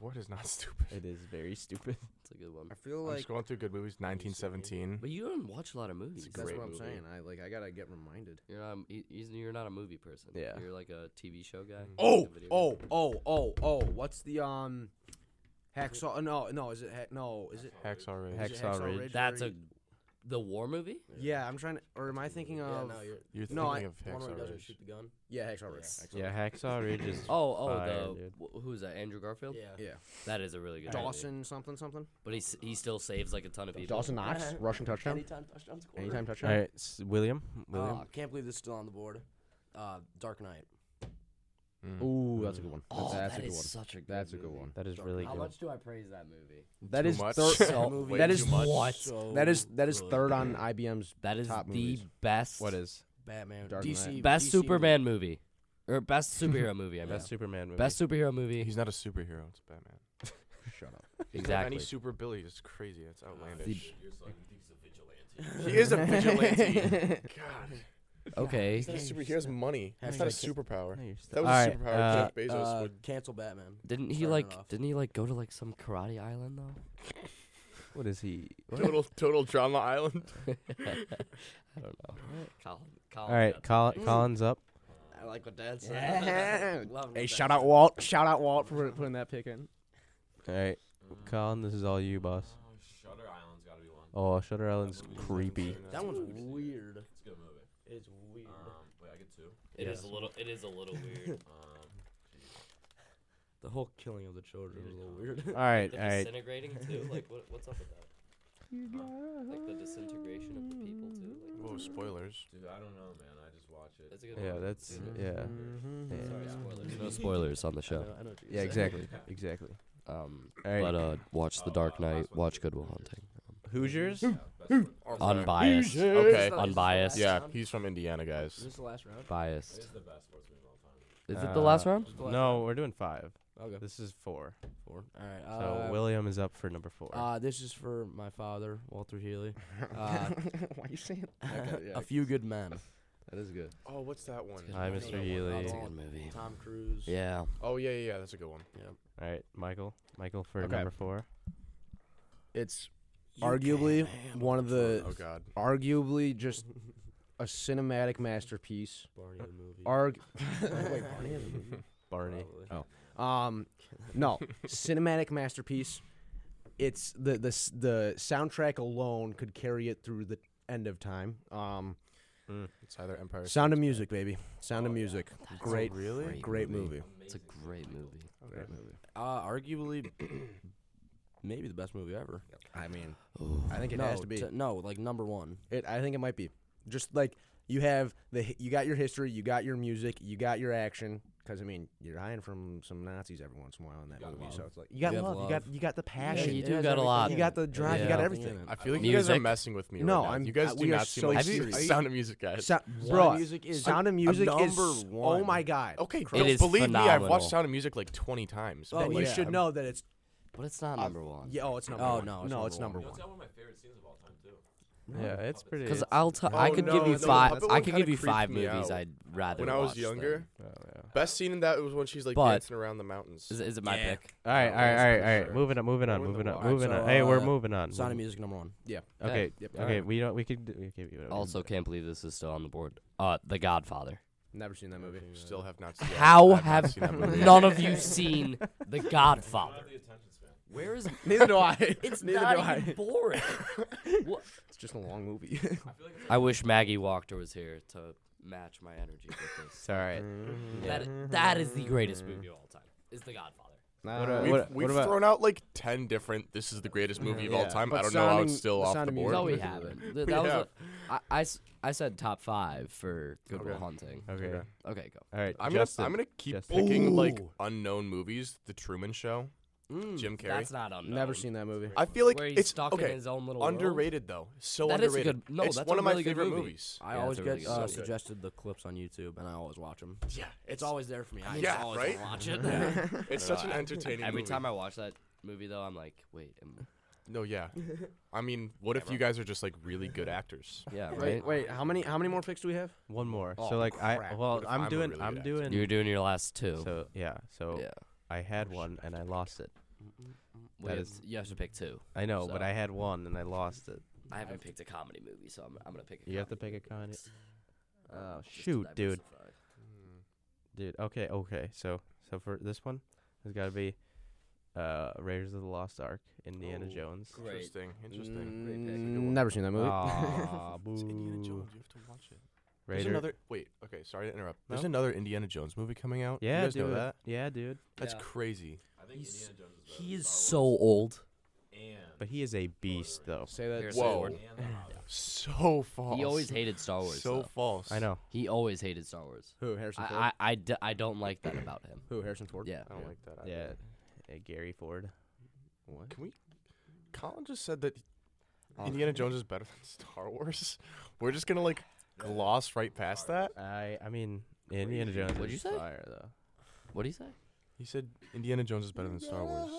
Borat is not stupid. It is very stupid. It's a good one. I feel I'm like scrolling through good movies. 1917. But you don't watch a lot of movies. that's great what I'm movie. saying. I like I gotta get reminded. You're not, you- you're not a movie person. Yeah. Mm. You're like a TV show guy. Oh, Video game. oh, oh, oh, oh! What's the um, hacksaw? No, no, is it hack? No, is it? Hacksaw Ridge. is it Hacksaw Ridge. That's where a he- the war movie. Yeah, I'm trying to. Or am I thinking Yeah, of? no, you're. You're No, I- thinking The one of where he Hacksaw doesn't Ridge. shoot the gun. yeah, hacksaw Ridge. Yes. Hacksaw Yeah, Ridge. Hacksaw Ridge is. Oh, oh, Fire, the dude. wh- who's that? Andrew Garfield. Yeah. Yeah. That is a really good. movie. Dawson something something. But he s- he still saves like a ton of people. Knox, rushing Anytime touchdown score. Anytime All touchdown. right, s- William. Oh, William. Ah, Uh, can't believe this is still on the board. Uh, Dark Knight. Mm. Ooh, that's a good one. Oh, that's that a good is one. such a good. That's a movie. good one. that is really How good. much do I praise that movie? That Too is much. third. So- Way that too is much. What? So That is that is good. third on IBM's. That is Top the movies. best. What is Batman. Dark DC Knight. best DC Superman movie. or best superhero movie? I mean, best Superman movie? best superhero movie. He's not a superhero. It's Batman. Shut up. He doesn't have exactly. Any super ability? It's crazy. It's outlandish. The- You're saying he's a vigilante. he is a vigilante. God. okay. He's not a superhero. He has money. That's not a superpower. No, you're still- That was All a right, superpower. uh, Jeff Bezos Uh, would. cancel Batman. Didn't he Starting like? it off. Didn't he like go to like some karate island though? What is he? What? Total, total drama island. I don't know. Colin. Colin All right, got Colin, Colin's up. I like what Dad said. Love hey, what shout Dad out Walt! Shout out Walt for putting that pick in. All right, Colin, this is all you, boss. Mm-hmm. Oh, Shutter Island's gotta be one. Oh, Shutter Island's creepy. said. That one's weird. It's a good movie. It's weird. Um, wait, I get two. It is a little. It is a little weird. Um, The whole killing of the children was a little weird. All right, the all right. disintegrating too. Like, what, what's up with that? Like the disintegration of the people too. Like, Whoa, spoilers. dude, I don't know, man. I just watch it. That's a good Yeah, one. that's Dude, yeah. that's- Yeah. Sorry, spoilers. No spoilers on the show. I know what you're Yeah, saying. exactly, exactly. Um, Alright. but uh, watch The Dark Knight. Watch Good Will Hunting. Hoosiers? Unbiased. Okay. Unbiased. Yeah, he's from Indiana, Is guys. this the last round? Biased. It's the best sports movie of all time. Is it the last Uh, round? the last No, we're doing five. Okay. This is four. Four. All right. So Uh, William is up for number four. Uh, this is for my father, Walter Healy. Uh, Why you saying? a few good men. That is good. Oh, what's that one? Good. Hi, I know Mr. that one. Healy. It's That's a all. good movie. Tom Cruise. Yeah. Oh yeah, yeah, yeah. That's a good one. All right, Michael. Michael for Okay. number four. It's Arguably one of the Oh god. arguably just a cinematic masterpiece. Barney the movie. Arg Wait, Barney the movie? Barney. Probably. Um, no, cinematic masterpiece. It's the the s- the soundtrack alone could carry it through the end of time. Um, It's either Empire. Sound of Music, baby. Sound of Music. That's a Great, great great movie. It's a great movie. Great movie. Uh, arguably, maybe the best movie ever. I mean, Ooh. I think it no, has to be. t- no, like number one. It, I think it might be. Just like you have the, hi- you got your history, you got your music, you got your action. Because I mean, you're hiding from some Nazis every once in a while in that movie, so it's like you got You have love, you love. got you got the Yeah, passion, you it do has got a everything lot. in you it. got the drive, you got Yeah. everything. I feel like you guys are Music. messing with me. No, right now. I'm- You guys I- do we are not seem so like serious. serious Sound of Music guys. So, Sound bro, of Music is Sound of Music is number Oh one. my god. Okay, Oh, It don't is believe me. I've phenomenal. watched Sound of Music like 20 times. Then but, you like, should I'm- know that it's But it's not Uh, number one. yeah. Oh, it's number Oh, one. no, it's no, number it's one. number You know, one. it's got one of my favorite scenes of all time too. Yeah, it's pretty. Because it's- I'll tell, I Oh, could no, give you no, the five. puppet I one could kinda give you creeped five me movies out I'd rather. when I was watch younger, than- oh, yeah. best scene in that was when she's like But- dancing around the mountains. Is, is it my Yeah. pick? All right, all right, all right, all right. Moving on, moving on, We're in the moving on, wild. moving Alright, on. so, Hey, we're uh, moving on. Sound of moving- Music number one. Okay, Yep. okay. We don't. We could. do- We could. we don't- Also, can't believe this is still on the board. Uh, The Godfather. Never seen that movie. Still have not seen it. How I've not have seen that movie. none of you seen The Godfather? The attention span. Where is Neither do I. it's Neither do not I. even boring. What- It's just a long movie. I feel like it's I wish Maggie Walker was here to match my energy with this. It's all right. That that is the greatest movie of all time. Is The Godfather. Uh, We've, what- we've what about- thrown out like 10 different, this is the greatest movie of all Yeah. time. I But don't know how sounding- it's still the off Sound the of board. No, we Music. haven't. Th- that was have. a- I- I s- I said top five for Good Will Hunting. Okay. Okay. Okay, go. All right. I'm gonna, Justin. I'm gonna keep Justin. picking like unknown movies. The Truman Show. Jim Carrey. Mm, That's not unknown. Never seen that movie. I feel like Where he's it's stuck okay. in his own little world. underrated though. So That is a underrated. good- no, it's that's a one of my really good favorite movie. movies. I Yeah, always that's a really get good uh, one. suggested the clips on YouTube, and I always watch them. Yeah, It's always there for me. I Yeah, just always right? watch it. it's such an entertaining. Every movie. time I watch that movie, though, I'm like, wait, am- No, yeah. I mean, what if you guys are just like really good actors? yeah, right? Wait, wait. How many? How many more picks do we have? one more. Oh, so like I crap. well What if I'm I'm a doing really I'm good doing You were doing your last two. so yeah so yeah. I had one and I lost it. We that have- is- you have to pick two. I know, but So- I had one and I lost it. I haven't picked a comedy movie, so I'm, I'm gonna pick. A You have to comedy pick a kind. movie. Um, Oh, just to shoot, dude. diversify. Dude, okay, okay. So, so for this one, it's got to be uh Raiders of the Lost Ark, Indiana Oh, Jones. Great. Interesting. Interesting. Great pick. Mm, never seen that movie. Oh. Aw, It's Indiana boo. Jones. You have to watch it. There's Raider. another. Wait. Okay. Sorry to interrupt. There's No? another Indiana Jones movie coming out. Yeah, You guys dude. know that? Yeah, dude. That's Yeah. crazy. I think He's- Indiana Jones is better He than is so Star Wars old. And But he is a beast, though. Say that. Here's Whoa. Lord. and the Hobbit. Oh, So false. He always hated Star Wars. So though. false. I know. He always hated Star Wars. Who? Harrison Ford. I, I, I, d- I don't like that about him. Who? Harrison Ford. Yeah. I don't like that. Yeah. Either. Uh, Gary Ford. Can we? Colin just said that Indiana Jones is better than Star Wars. We're just gonna like gloss right past that. I I mean Indiana Jones. What'd you is say? Fire though. What do you say? He said Indiana Jones is better than Star Wars.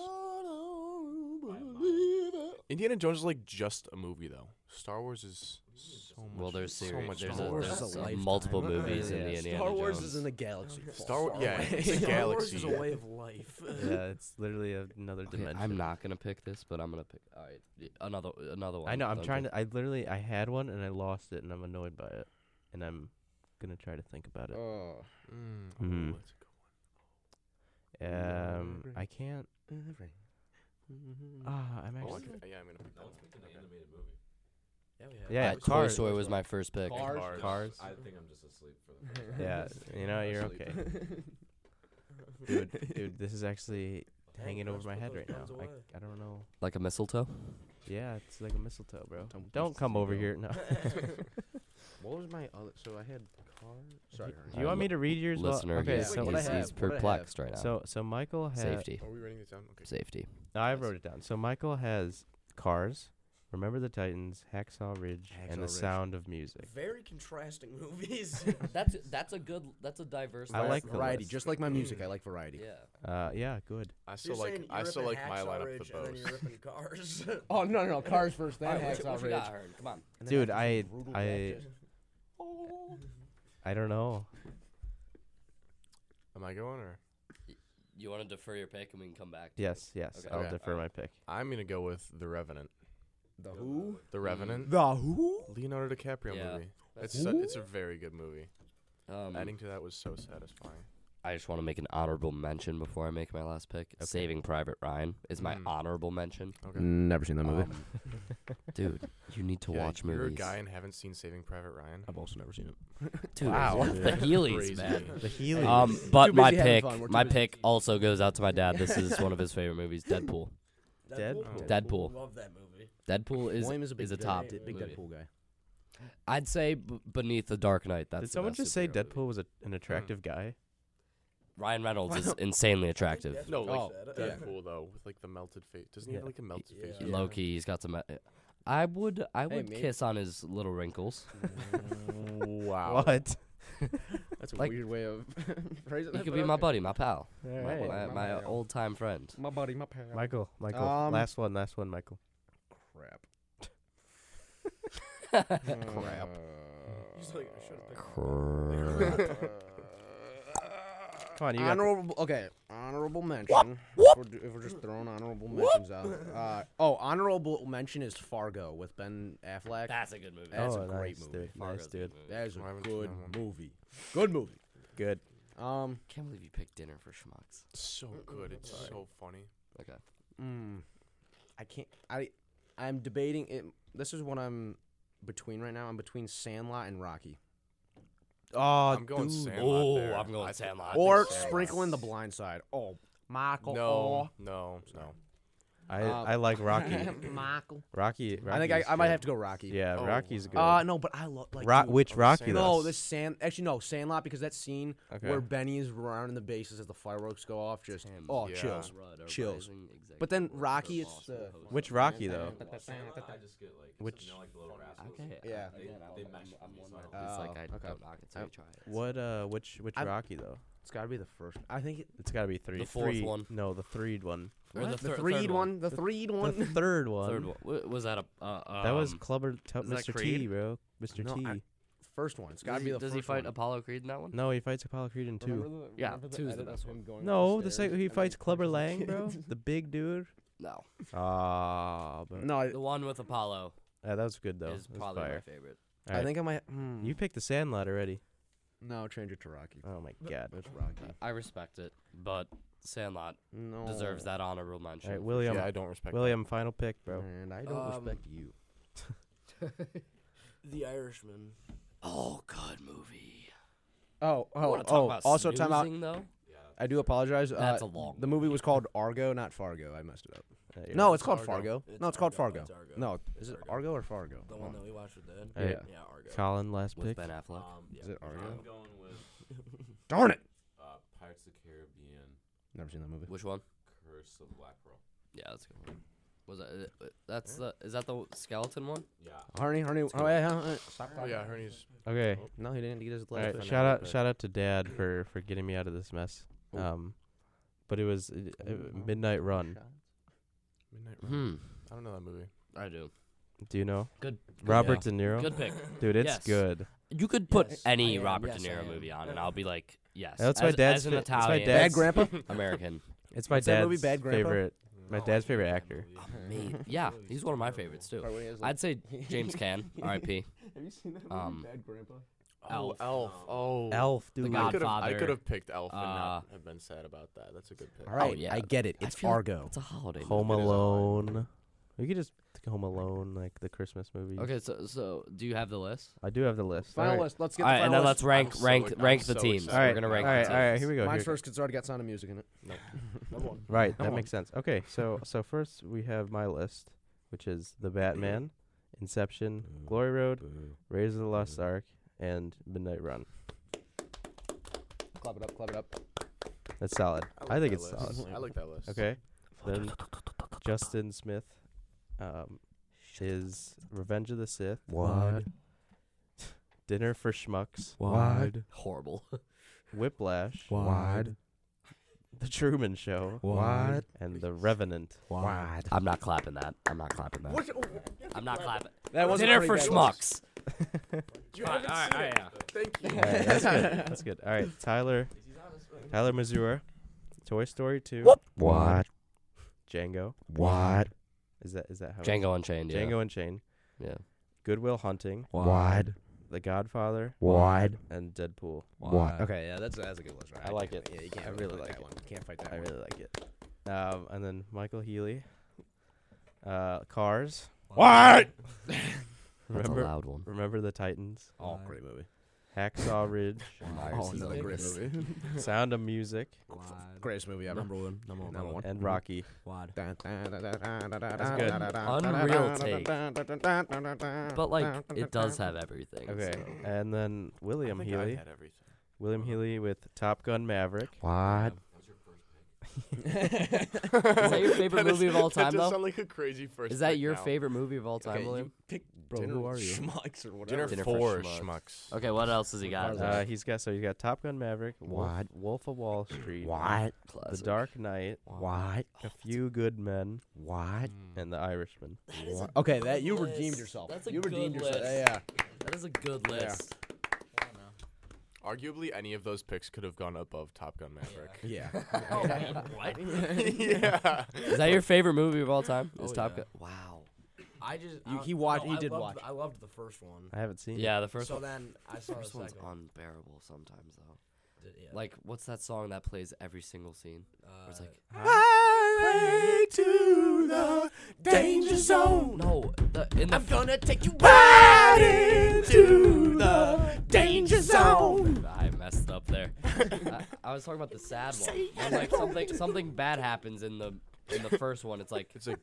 Indiana Jones is like just a movie though. Star Wars is so much. Well, there's so series. much there's Star a, Wars. there's is a a- lifetime. multiple movies in Yeah. the Indiana Star Wars Jones. is in the galaxy. far, Star Wars, far yeah, away. it's a Star Wars galaxy. is a way of life. yeah, it's literally another Okay, dimension. I'm not gonna pick this, but I'm gonna pick. All right, y- another another one. I know. I'm trying to. I literally. I had one and I lost it, and I'm annoyed by it, and I'm gonna try to think about it. Oh. Mm, Mhm. oh, that's a good Um, I can't. Mm-hmm. Hmm. Ah, one. I'm I actually. wonder- yeah, I'm gonna pick that one. Okay. Yeah, we have. Yeah, Uh, Toy Cars. Story was my first pick. Cars. Cars. I think I'm just asleep for the first Yeah, you know you're Asleep. okay, dude. Dude, this is actually hanging over my head right now. I, I don't know. Like a mistletoe. Yeah, it's like a mistletoe, bro. Don't, come over here. No. What was my other? So I had car. Sorry, Do you want me to read yours? while- okay, so So, so Michael has Safety. Are we writing this down? Okay. Safety. I wrote it down. So Michael has cars, Remember the Titans, Hacksaw Ridge, and the Hacksaw Ridge. Sound of Music. Very contrasting movies. That's that's a good. That's a diverse. I list. like the variety, list. just like my music. I like variety. Yeah. Uh, yeah, good. I You're still like saying I you're still like ripping my Hacksaw lineup Ridge the and then you're most. ripping Cars. Oh no, no, cars first, All then right, what you- Hacksaw what you got, Ridge. Hearn? Come on. And then Dude, after some I brutal I baptism- I don't know. Am I going or? You want to defer your pick and we can come back. to it. Yes, yes. Okay. I'll Okay. defer my pick. I'm gonna go with The Revenant. the who? The Revenant. The who? Leonardo DiCaprio Mm. Yeah. movie. That's It's su- it's a very good movie. Um, Adding to that was so satisfying. I just want to make an honorable mention before I make my last pick. Saving Private Ryan is my Hmm. Mm. honorable mention. Okay. Never seen that movie. Um, dude, you need to Yeah, watch you're movies. a guy and haven't seen Saving Private Ryan. I've also never seen Dude, it. the Heelys, Crazy. man. The Healy. Um, but busy my having pick, fun. We're too my busy. pick also goes out to my dad. This is one of his favorite movies, Deadpool. Deadpool. Deadpool. Love that movie. Deadpool is William is a big a top Deadpool- big movie. Deadpool guy. I'd say b- beneath the Dark Knight. That's Did the someone best just say superhero movie. Deadpool was a, an attractive guy? Ryan Reynolds is insanely attractive. That's No, what like uh, you said. Deadpool though, with like the melted face. Doesn't he have Yeah. like a melted face? Yeah. Loki, he's got some. uh, I would, I would maybe- kiss on his little wrinkles. wow. What? That's a Like- weird way of phrasing He it, could but be my okay. buddy, my pal, my, Alright. my, my old time friend. My buddy, my pal. Michael, Michael. Um, last one, last one, Michael. crap. Crap. He's like, I should have picked Come on, you got the- honorable. Okay, honorable mention. If, we're, do- if we're just throwing honorable mentions out. Uh, oh, honorable mention is Fargo with Ben Affleck. That's a good movie. That's Oh, a great nice, movie. dude. Fargo's Nice, a good dude. movie. That is I a haven't seen good that one. movie. Good movie. Good. Um, Can't believe you picked dinner for schmucks. So good. It's so funny. Okay. mm, I can't. I I'm debating it. This is what I'm between right now. I'm between Sandlot and Rocky, Oh, I'm going dude. Sandlot. Ooh, there. I'm going I think- Sandlot. I think or Sandlot. Sprinkle in the Blind Side. Oh, Michael. oh. No, no, no. I, Um, I like Rocky. oh. Michael. Rocky. I think I, Rocky's I might good. have to go Rocky. Yeah, Oh, Rocky's good. Uh, no, but I love like Ro- dude, which oh, Rocky? Sand- No, though? the sand. Actually, no, Sandlot because that scene Okay. where Benny is running the bases as the fireworks go off, just Him. oh Yeah. chills. Rudd, a Chills. rising But then executive board for Rocky, it's Boston the- Post. Which Rocky though? I just get like Which- you know, like the little rascals. Okay. Yeah. They- Again, I'll- they I'm, mentioned I'm me, one so where I it's like Oh, I okay. don't knock it till I- you try it. What? Uh, which which I'm- Rocky though? It's got to be the first. I think it, It's got to be three. The fourth three- one. No, the threed one. Or the, thir- threed third one, the threed one. The third one. Third one. Wa- Was that a? Uh, um, That was Clubber T- is that Mr. T, Creed? bro. Mr. No, T. I- first one. It's got Does to he, be the does first he fight one. Apollo Creed in that one? No, he fights Apollo Creed in two. Yeah, two's the best one. No, the second he fights Clubber Lang, bro. the big dude. No. Ah, but No, I, The one with Apollo Yeah, that was good though. Mm-hmm. is That was probably my fire. favorite. All I right. think I might. Hmm. you picked the Sandlot already. no change it to Rocky. Oh my god. It's Rocky. I respect it, but Sandlot No. deserves that honorable mention. All right, William. Yeah, I don't respect. William, final pick, bro. And I don't Um, respect you. The Irishman. Oh, good movie. Oh, You oh, wanna talk oh. about Also, time out. snoozing, Though? I do apologize. That's a uh, long The movie was called Argo, not Fargo. I messed it up. Mm-hmm. Uh, you're No, right. it's called Argo. Fargo. No, it's called Fargo. It's Argo. No, is it Argo. Argo or Fargo? The Oh. one that we watched with Dad. All right. Yeah, Argo. Colin, last With pick. Ben Affleck. Um, yeah. Is it Argo? I'm going with Darn it! uh, Pirates of the Caribbean: Never seen that movie. Which one? Curse of the Black Pearl. Yeah, that's a good one. Was that? uh, That's the. Is that the skeleton one? Yeah. Harney, Harney. Oh, yeah, yeah, yeah. Stop Oh talking. yeah, Ernie's. Okay. Oh. No, he didn't get his All last right. Shout out, shout out to Dad for for getting me out of this mess. Ooh. Um, but it was uh, uh, Midnight Run. Midnight Run. Hmm. I don't know that movie. I do. Do you know Good. Robert De Niro? Good pick. Dude, it's Yes. good. You could put Yes, any I am. Robert Yes, De I Niro am. movie on, and I'll be like, yes. That's as, my dad's As an fa- that's my Italian, dad's- Bad Grandpa. American. It's my What's that dad's movie, Bad Grandpa? favorite. My dad's favorite actor. Me. Yeah, he's one of my favorites too. I'd say James Caan, R.I.P. Have you seen that movie, Um, Bad Grandpa? Elf. Elf. um, Oh. Elf, The I dude. God- could have. I Godfather. could have picked Elf and not Uh, have been sad about that. That's a good pick. All right, yeah. I get it. I It's feel like Fargo. It's a holiday. Home It is a holiday Alone. We could just pick Home Alone, like the Christmas movie. Okay, so so do you have the list? I do have the list. Final All right. list. Let's get All the right, final and then list. let's rank I'm so rank ex- I'm rank the so teams. excited. All right. We're gonna rank. all the right. teams. All right. Here we go. Mine's here we first because it's already got Sound of Music in it. go. Right. That Come on. makes sense. Okay. So so first we have my list, which is the Batman, Inception, Glory Road, Raiders of the Lost Ark, and Midnight Run. Clap it up, clap it up. That's solid. I I, like think that it's list. solid. I like that list. Okay. Then Justin Smith um, is Revenge of the Sith. Wad. Dinner for Schmucks. Wad. Horrible. Whiplash. Wad. The Truman Show. Wad. And The Revenant. Wad. I'm not clapping that. I'm not clapping that. I'm not clapping. That wasn't Dinner pretty for bad. schmucks. You Alright, haven't alright, seen alright, it. yeah. Thank you. All right, that's good. That's good. All right, Tyler. Tyler Mazur. Toy Story 2. What? Django. What? Is that is that how Django Unchained, yeah. Django Unchained. Yeah. Goodwill Hunting. What? The Godfather. What? And Deadpool. What? Okay, yeah, that's that's a good list. Right? I like it. Yeah, you can't I really like that it. one. Can't fight that I one. really like it. Um, and then Michael Healy. Uh, Cars. What? That's a Remember, loud one. remember the Titans. Oh, great movie. Hacksaw Ridge. Oh, no. greatest, Sound of Music. greatest movie ever. Number one. Number one. Number one. And Rocky. Wad. Unreal take. But like, it does have everything. Okay. so- And then William I think I Healy. had everything. William Healy with Top Gun Maverick. What? Is that your favorite movie of all time, that though? That sound like a crazy first. Is that pick your now. favorite movie of all time, Okay, William? you pick Bro, dinner who are you? schmucks or whatever. Dinner, Dinner for for schmucks. schmucks. Okay, what else has he got? Uh, he's got so he's got Top Gun Maverick, Wolf, Wolf of Wall Street, The Classic. Dark Knight, What? A Few Good Men, What? Hmm. and The Irishman. Okay, that you Good redeemed list. yourself. That's a you redeemed good yourself. list. Yeah, That is a good list. Arguably, any of those picks could have gone above Top Gun Maverick. yeah. Oh, what? yeah. Is that your favorite movie of all time? Is Oh, Top yeah. Gun? Wow. I just You- I, he watched- no, he I did loved- watch. I loved the first one. I haven't seen. Yeah, the first so one. then I saw First the one's second one. unbearable sometimes though. Did- yeah. Like, what's that song that plays every single scene? Where it's Uh, like, Highway to the danger zone. no, the, in the I'm gonna take you right into the danger zone. I messed up there. I, I was talking about the sad one. When, like something something bad happens in the in the first one. It's like It's like,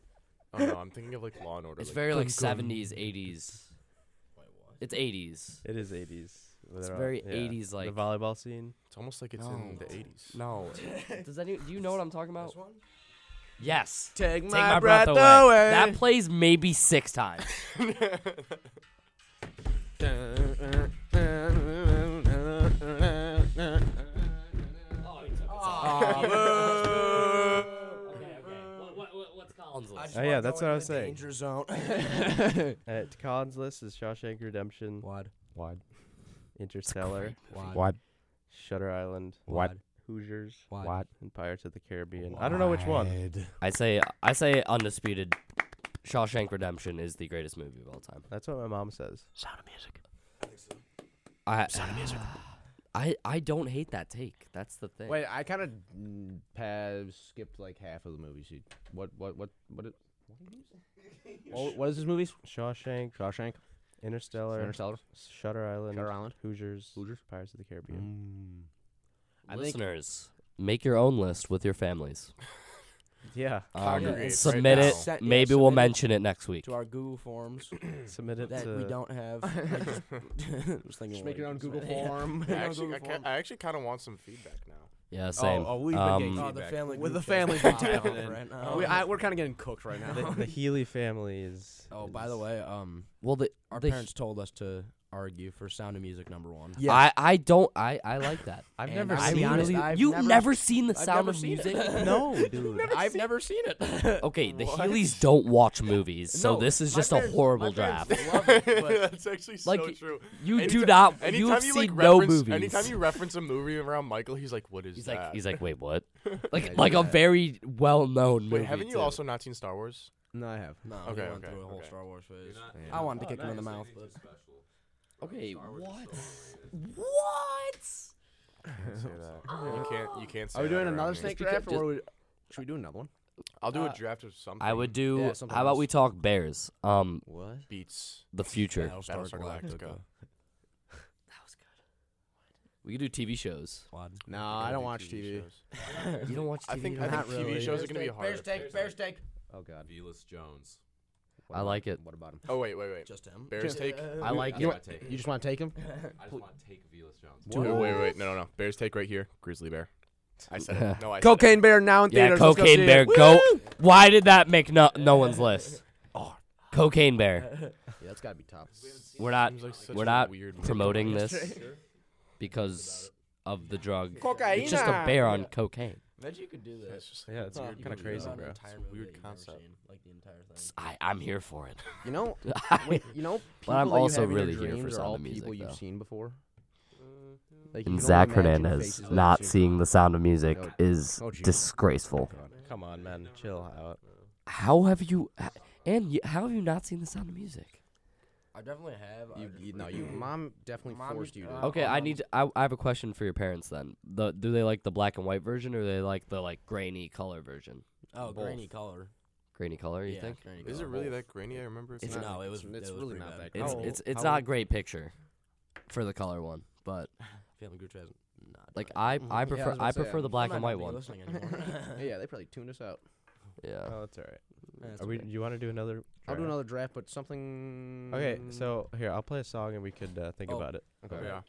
oh no, I'm thinking of like Law and Order. it's like, very like seventies, eighties. It's eighties. It is 80s. It's They're all- very yeah. 80s The like- volleyball scene. It's almost like it's No. in the 80s. No. Does any do you know what I'm talking about? Yes. Take Take my, breath, away. That plays maybe six times. Oh yeah, that's what I was The saying. danger zone. Uh, to Collins' list is Shawshank Redemption, Wad. Wad. Interstellar, Wad. Wad. Shutter Island, Wad. Hoosiers, Wad. Wad. and Pirates of the Caribbean. I don't know which one. I say I say undisputed Shawshank Redemption is the greatest movie of all time. That's what my mom says. I I I don't hate that take. That's the thing. Wait, I kind of Mm, have skipped like half of the movies. You- What? What? What? What? It, what, Oh, what is this movie? Shawshank, Shawshank, Interstellar, Interstellar, Shutter Island, Shutter Island. Hoosiers, Pirates of the Caribbean. I think- Listeners, make your own list with your families. Yeah. Um, Congregate right submit now. it. Set- yeah, Maybe we'll submit it. mention it next week. to our Google forms Submit it that to we don't have. I just, was thinking Just of make what your I own could Google say. form. I Yeah. actually, I, Google ca- I actually kind of want some feedback now. Yeah, same. oh, we've been um, Oh, the Feedback. family With group the family chat's group popping chat. up right Oh, now. we, I, we're kind of getting cooked right now. the, the Healy family is. oh, is- by the way, um, well, the, our the- parents told us to argue for Sound of Music number one. Yeah. I I don't I I like that. I've and never I'll I be seen honest, really, I've you've never- never seen the I've Sound never of seen it. Music. it. No, dude. I've never seen it. Okay, the What? Healy's don't watch movies, so No, this is my just a parents- horrible my parents draft. love it, but That's actually so Like, true. You do Anytime- not. Anytime You have you, seen like, no reference- movies. Anytime you reference a movie around Michael, he's like, "What is he's that?" like he's like, wait, what? Like like a very well known movie. "Wait, haven't you too. also not seen Star Wars?" no, I have. No, Okay, he went okay, through a whole okay. Star Wars phase. not- I wanted to kick him in the mouth, but Okay, what? What? You can't. You can't. Say Are we that doing around another here. snake because- draft, just- or are we, should we do another one? I'll do a draft of something. Uh, I would do. Yeah, something how about else. we talk bears? Um, What? beats the future. Battlestar Battlestar Galactica. We could do TV shows. Wad. No, I don't watch TV TV. shows. You don't watch TV. I think on I that? think TV shows are gonna be hard. Bears take, bears take. Oh God. Velas Jones. I like it. What about him? Oh wait, wait, wait. Just him? Bears Just- take. uh, I like I it. just want to take You just want to take him? I just want to take Velas Jones. Wait, wait, wait, wait. No, no, no. Bears take right here. Grizzly bear. I said it. No, I. Said Cocaine Bear now in Yeah, theaters. Let's go see Cocaine it. Bear. Go. Why did that make no no one's list? Oh, Cocaine Bear. Yeah, that's gotta be top. We're not Seems like such we're a not weird movie. promoting this because of the drug. Cocaine. It's just a bear on cocaine. Imagine you could do it. that. It's just Yeah, it's Huh. weird, You kind could of do crazy, that on an bro. entire It's movie a weird that you've never concept. seen, like the entire thing. I, I'm here for it. You know, I- wait, you know, people But I'm that you also have in your really here for dreams are Sound all of Music, people you've though. seen before. Like, you and can only Zach imagine Hernandez faces that you've not seen. seeing the sound of music Oh, is oh, Jesus. disgraceful. Come on, man. Chill out. How have you, h- and you, how have you not seen the sound of music? I definitely have. I You, just you, no, forget. you. Mom definitely Mom, you- forced you to. uh, Okay, I um, need. To, I, I have a question for your parents. Then, the, do they like the black and white version, or they like the like grainy color version? Oh, Both. grainy color. Grainy color, you yeah, think? Grainy Is it color. really that grainy? I remember it's, It's not. no. It was. it's it was really pretty not bad. that It's How- it's it's how- not a great picture for the color one, but Family group chat is not. like done. I Mhm. Yeah, I I was prefer gonna I say, prefer I'm- the I'm black They might not and whight be one. listening anymore. yeah, they probably tuned us out. Yeah. Oh, it's all right. That's Are we? okay. Do you want to do another? I'll draft? do another Mm. draft, but something. Okay, so here I'll play a song and we could uh, think Oh. about it. Okay. Yeah.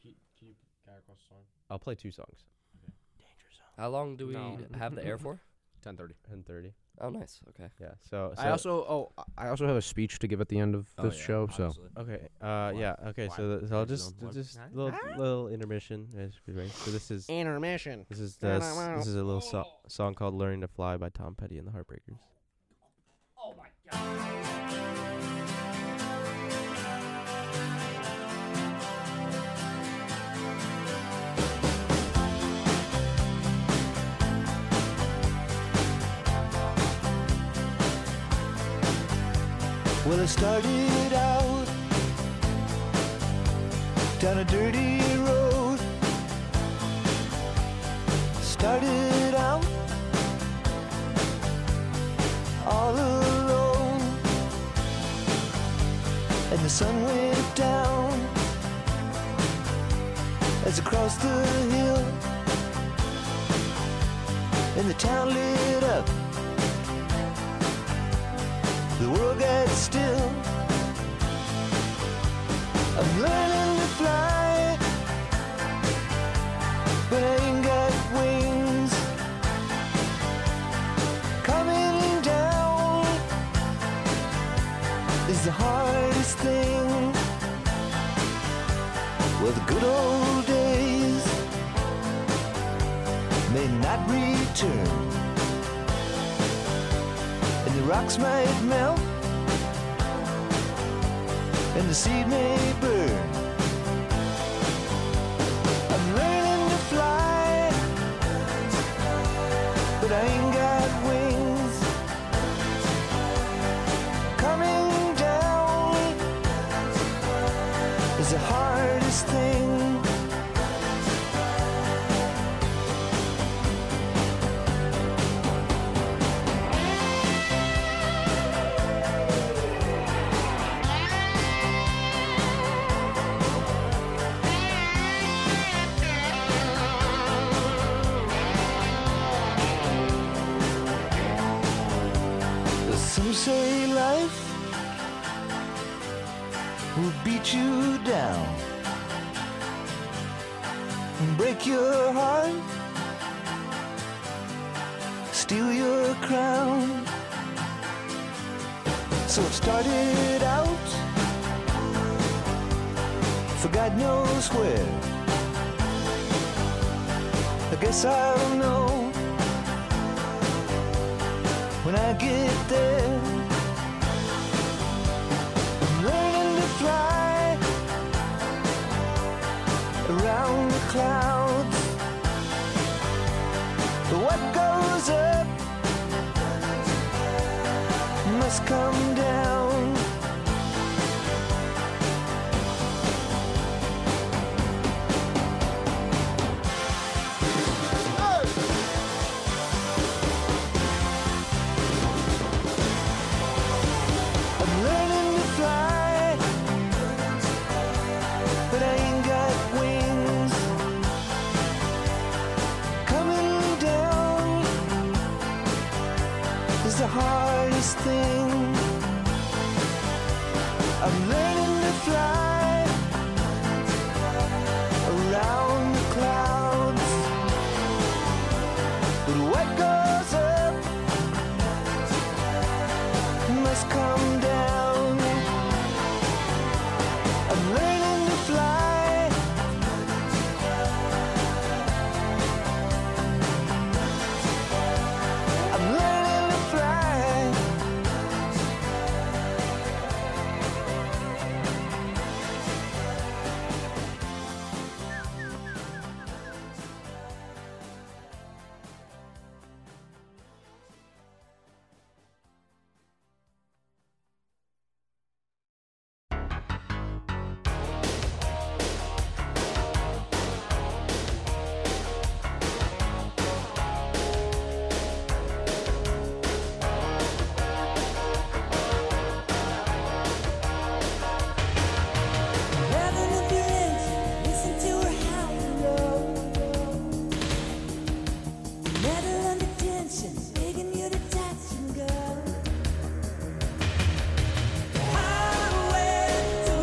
I'll play two songs. How long do we No. have the air for? ten thirty. Ten thirty. Oh, nice. Okay. Yeah. So, so I also oh I- I also have a speech to give at the end of Oh, this yeah, show. So obviously. okay. Uh, yeah. Okay. So, the, so I'll just just little little intermission. uh, excuse me. So this is intermission. this is the, s- this is a little so- song called "Learning to Fly" by Tom Petty and the Heartbreakers. Well, I started out down a dirty road. Started out all alone, and the sun went down as I crossed the hill, and the town lit up. The world gets still. I'm learning to fly, but I ain't got wings. Coming down is the hardest thing. Well, the good old days may not return and the rocks might melt, and the seed may burn. I'm learning to fly, but I ain't got wings. Coming down is the hardest thing. Some say life will beat you down and break your heart, steal your crown. So it started out for God knows where. I guess I'll know when I get there. I'm learning to fly around the clouds. But what goes up must come down. I'm learning to fly, but I ain't got wings. Coming down is the hardest thing. I'm learning to fly around the clouds. But what goes up must come down. I'm learning to fly. I'm learning to fly. Heaven of your engine, listen to her howl and roll. Metal under tension, begging you to touch and go. Highway to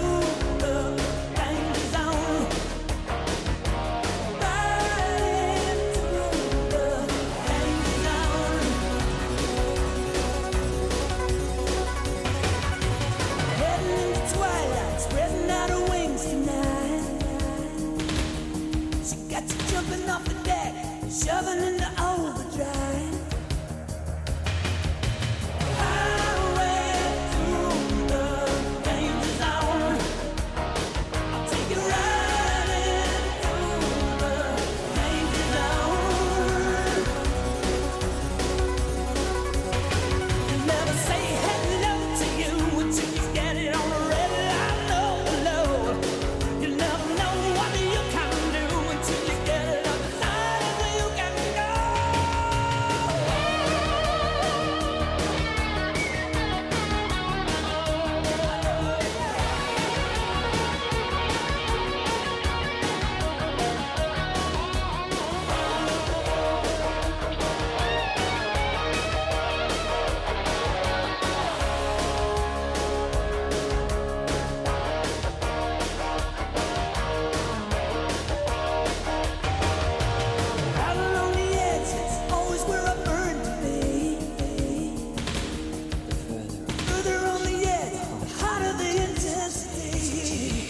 the danger zone. Riding through the danger zone. Heading into twilight, spreading out her wings tonight. She got you jumping off the deck, shoving into overdrive. Highway through the danger zone. I'll take you riding through the danger zone. Never say hello to you until you get it on the red light. No, no. You never know what you can do until you get it on the side of the you can go. Out along the edge, it's always where I burn to be. Further on the edge, the hotter the intensity.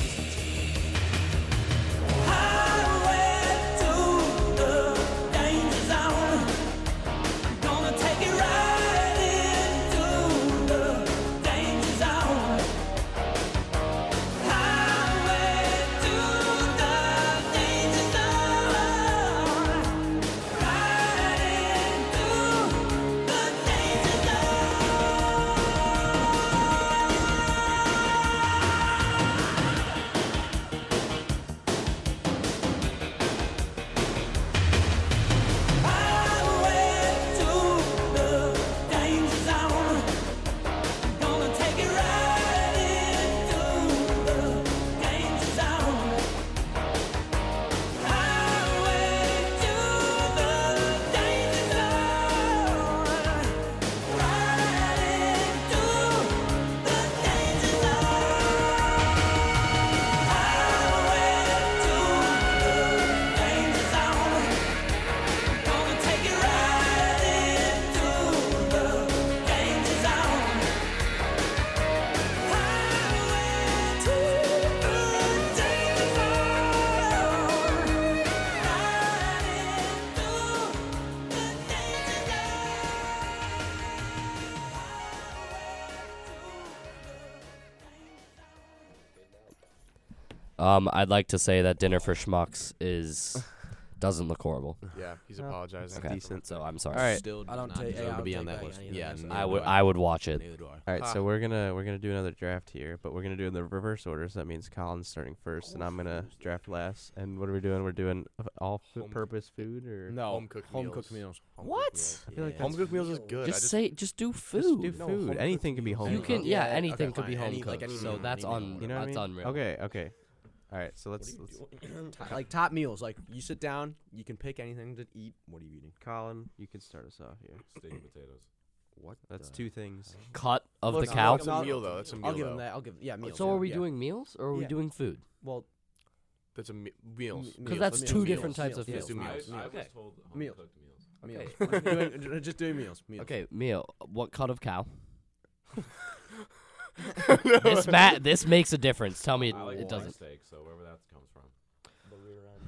Highway to the danger zone. I'm gonna take it right into the danger zone. Highway to the danger zone. Right into the danger zone. Highway to the danger zone. I'm gonna take it right into the danger zone. Highway to the danger zone. Right into the danger zone. Highway to the danger zone. Gonna take it right into the danger zone. Um, I'd like to say that dinner for schmucks is doesn't look horrible. Yeah, he's apologizing. Okay. So I'm sorry. All right. Still I I don't don't take. deserve I to don't be on take that back list. any of Yeah, those. neither I do would I would watch it. Neither do I. All right, Ah. so we're gonna we're gonna do another draft here, but we're gonna do it in the reverse order. So that means Colin's starting first, and I'm gonna draft last. And what are we doing? We're doing all-purpose food, or No, Home cooked home meals. cooked meals. What? I feel like Yeah. Home that's cooked meals is good. I Just, just say just do just food. do No, food. home-cooked Anything can be meals. home. you can yeah, Yeah, anything okay, could be fine. home Any- cooked. like any so meal, that's any on meal. You know what I that's mean? unreal. Okay, okay. All right, so let's let's Top- like top meals. Like you sit down, you can pick anything to eat. What are you eating? Colin, you can start us off here. Steak and potatoes. What? That's two things. Cut of Well, the it's cow. not- it's not- meal, though. It's a I'll meal, give him though. that. I'll give yeah. Meals, so yeah, are we yeah. doing meals or are we Yeah. doing food? Well, That's a me- meals. M- 'Cause that's meals, two meals, different meals, types of meals, food. meals, I, I meals. was told home Meals. cooked meals. Meals. Okay. Doing- just doing meals. meals. Okay, meal. What cut of cow? this ma- this makes a difference. Tell me it, I like it it doesn't. steak, so wherever that comes from.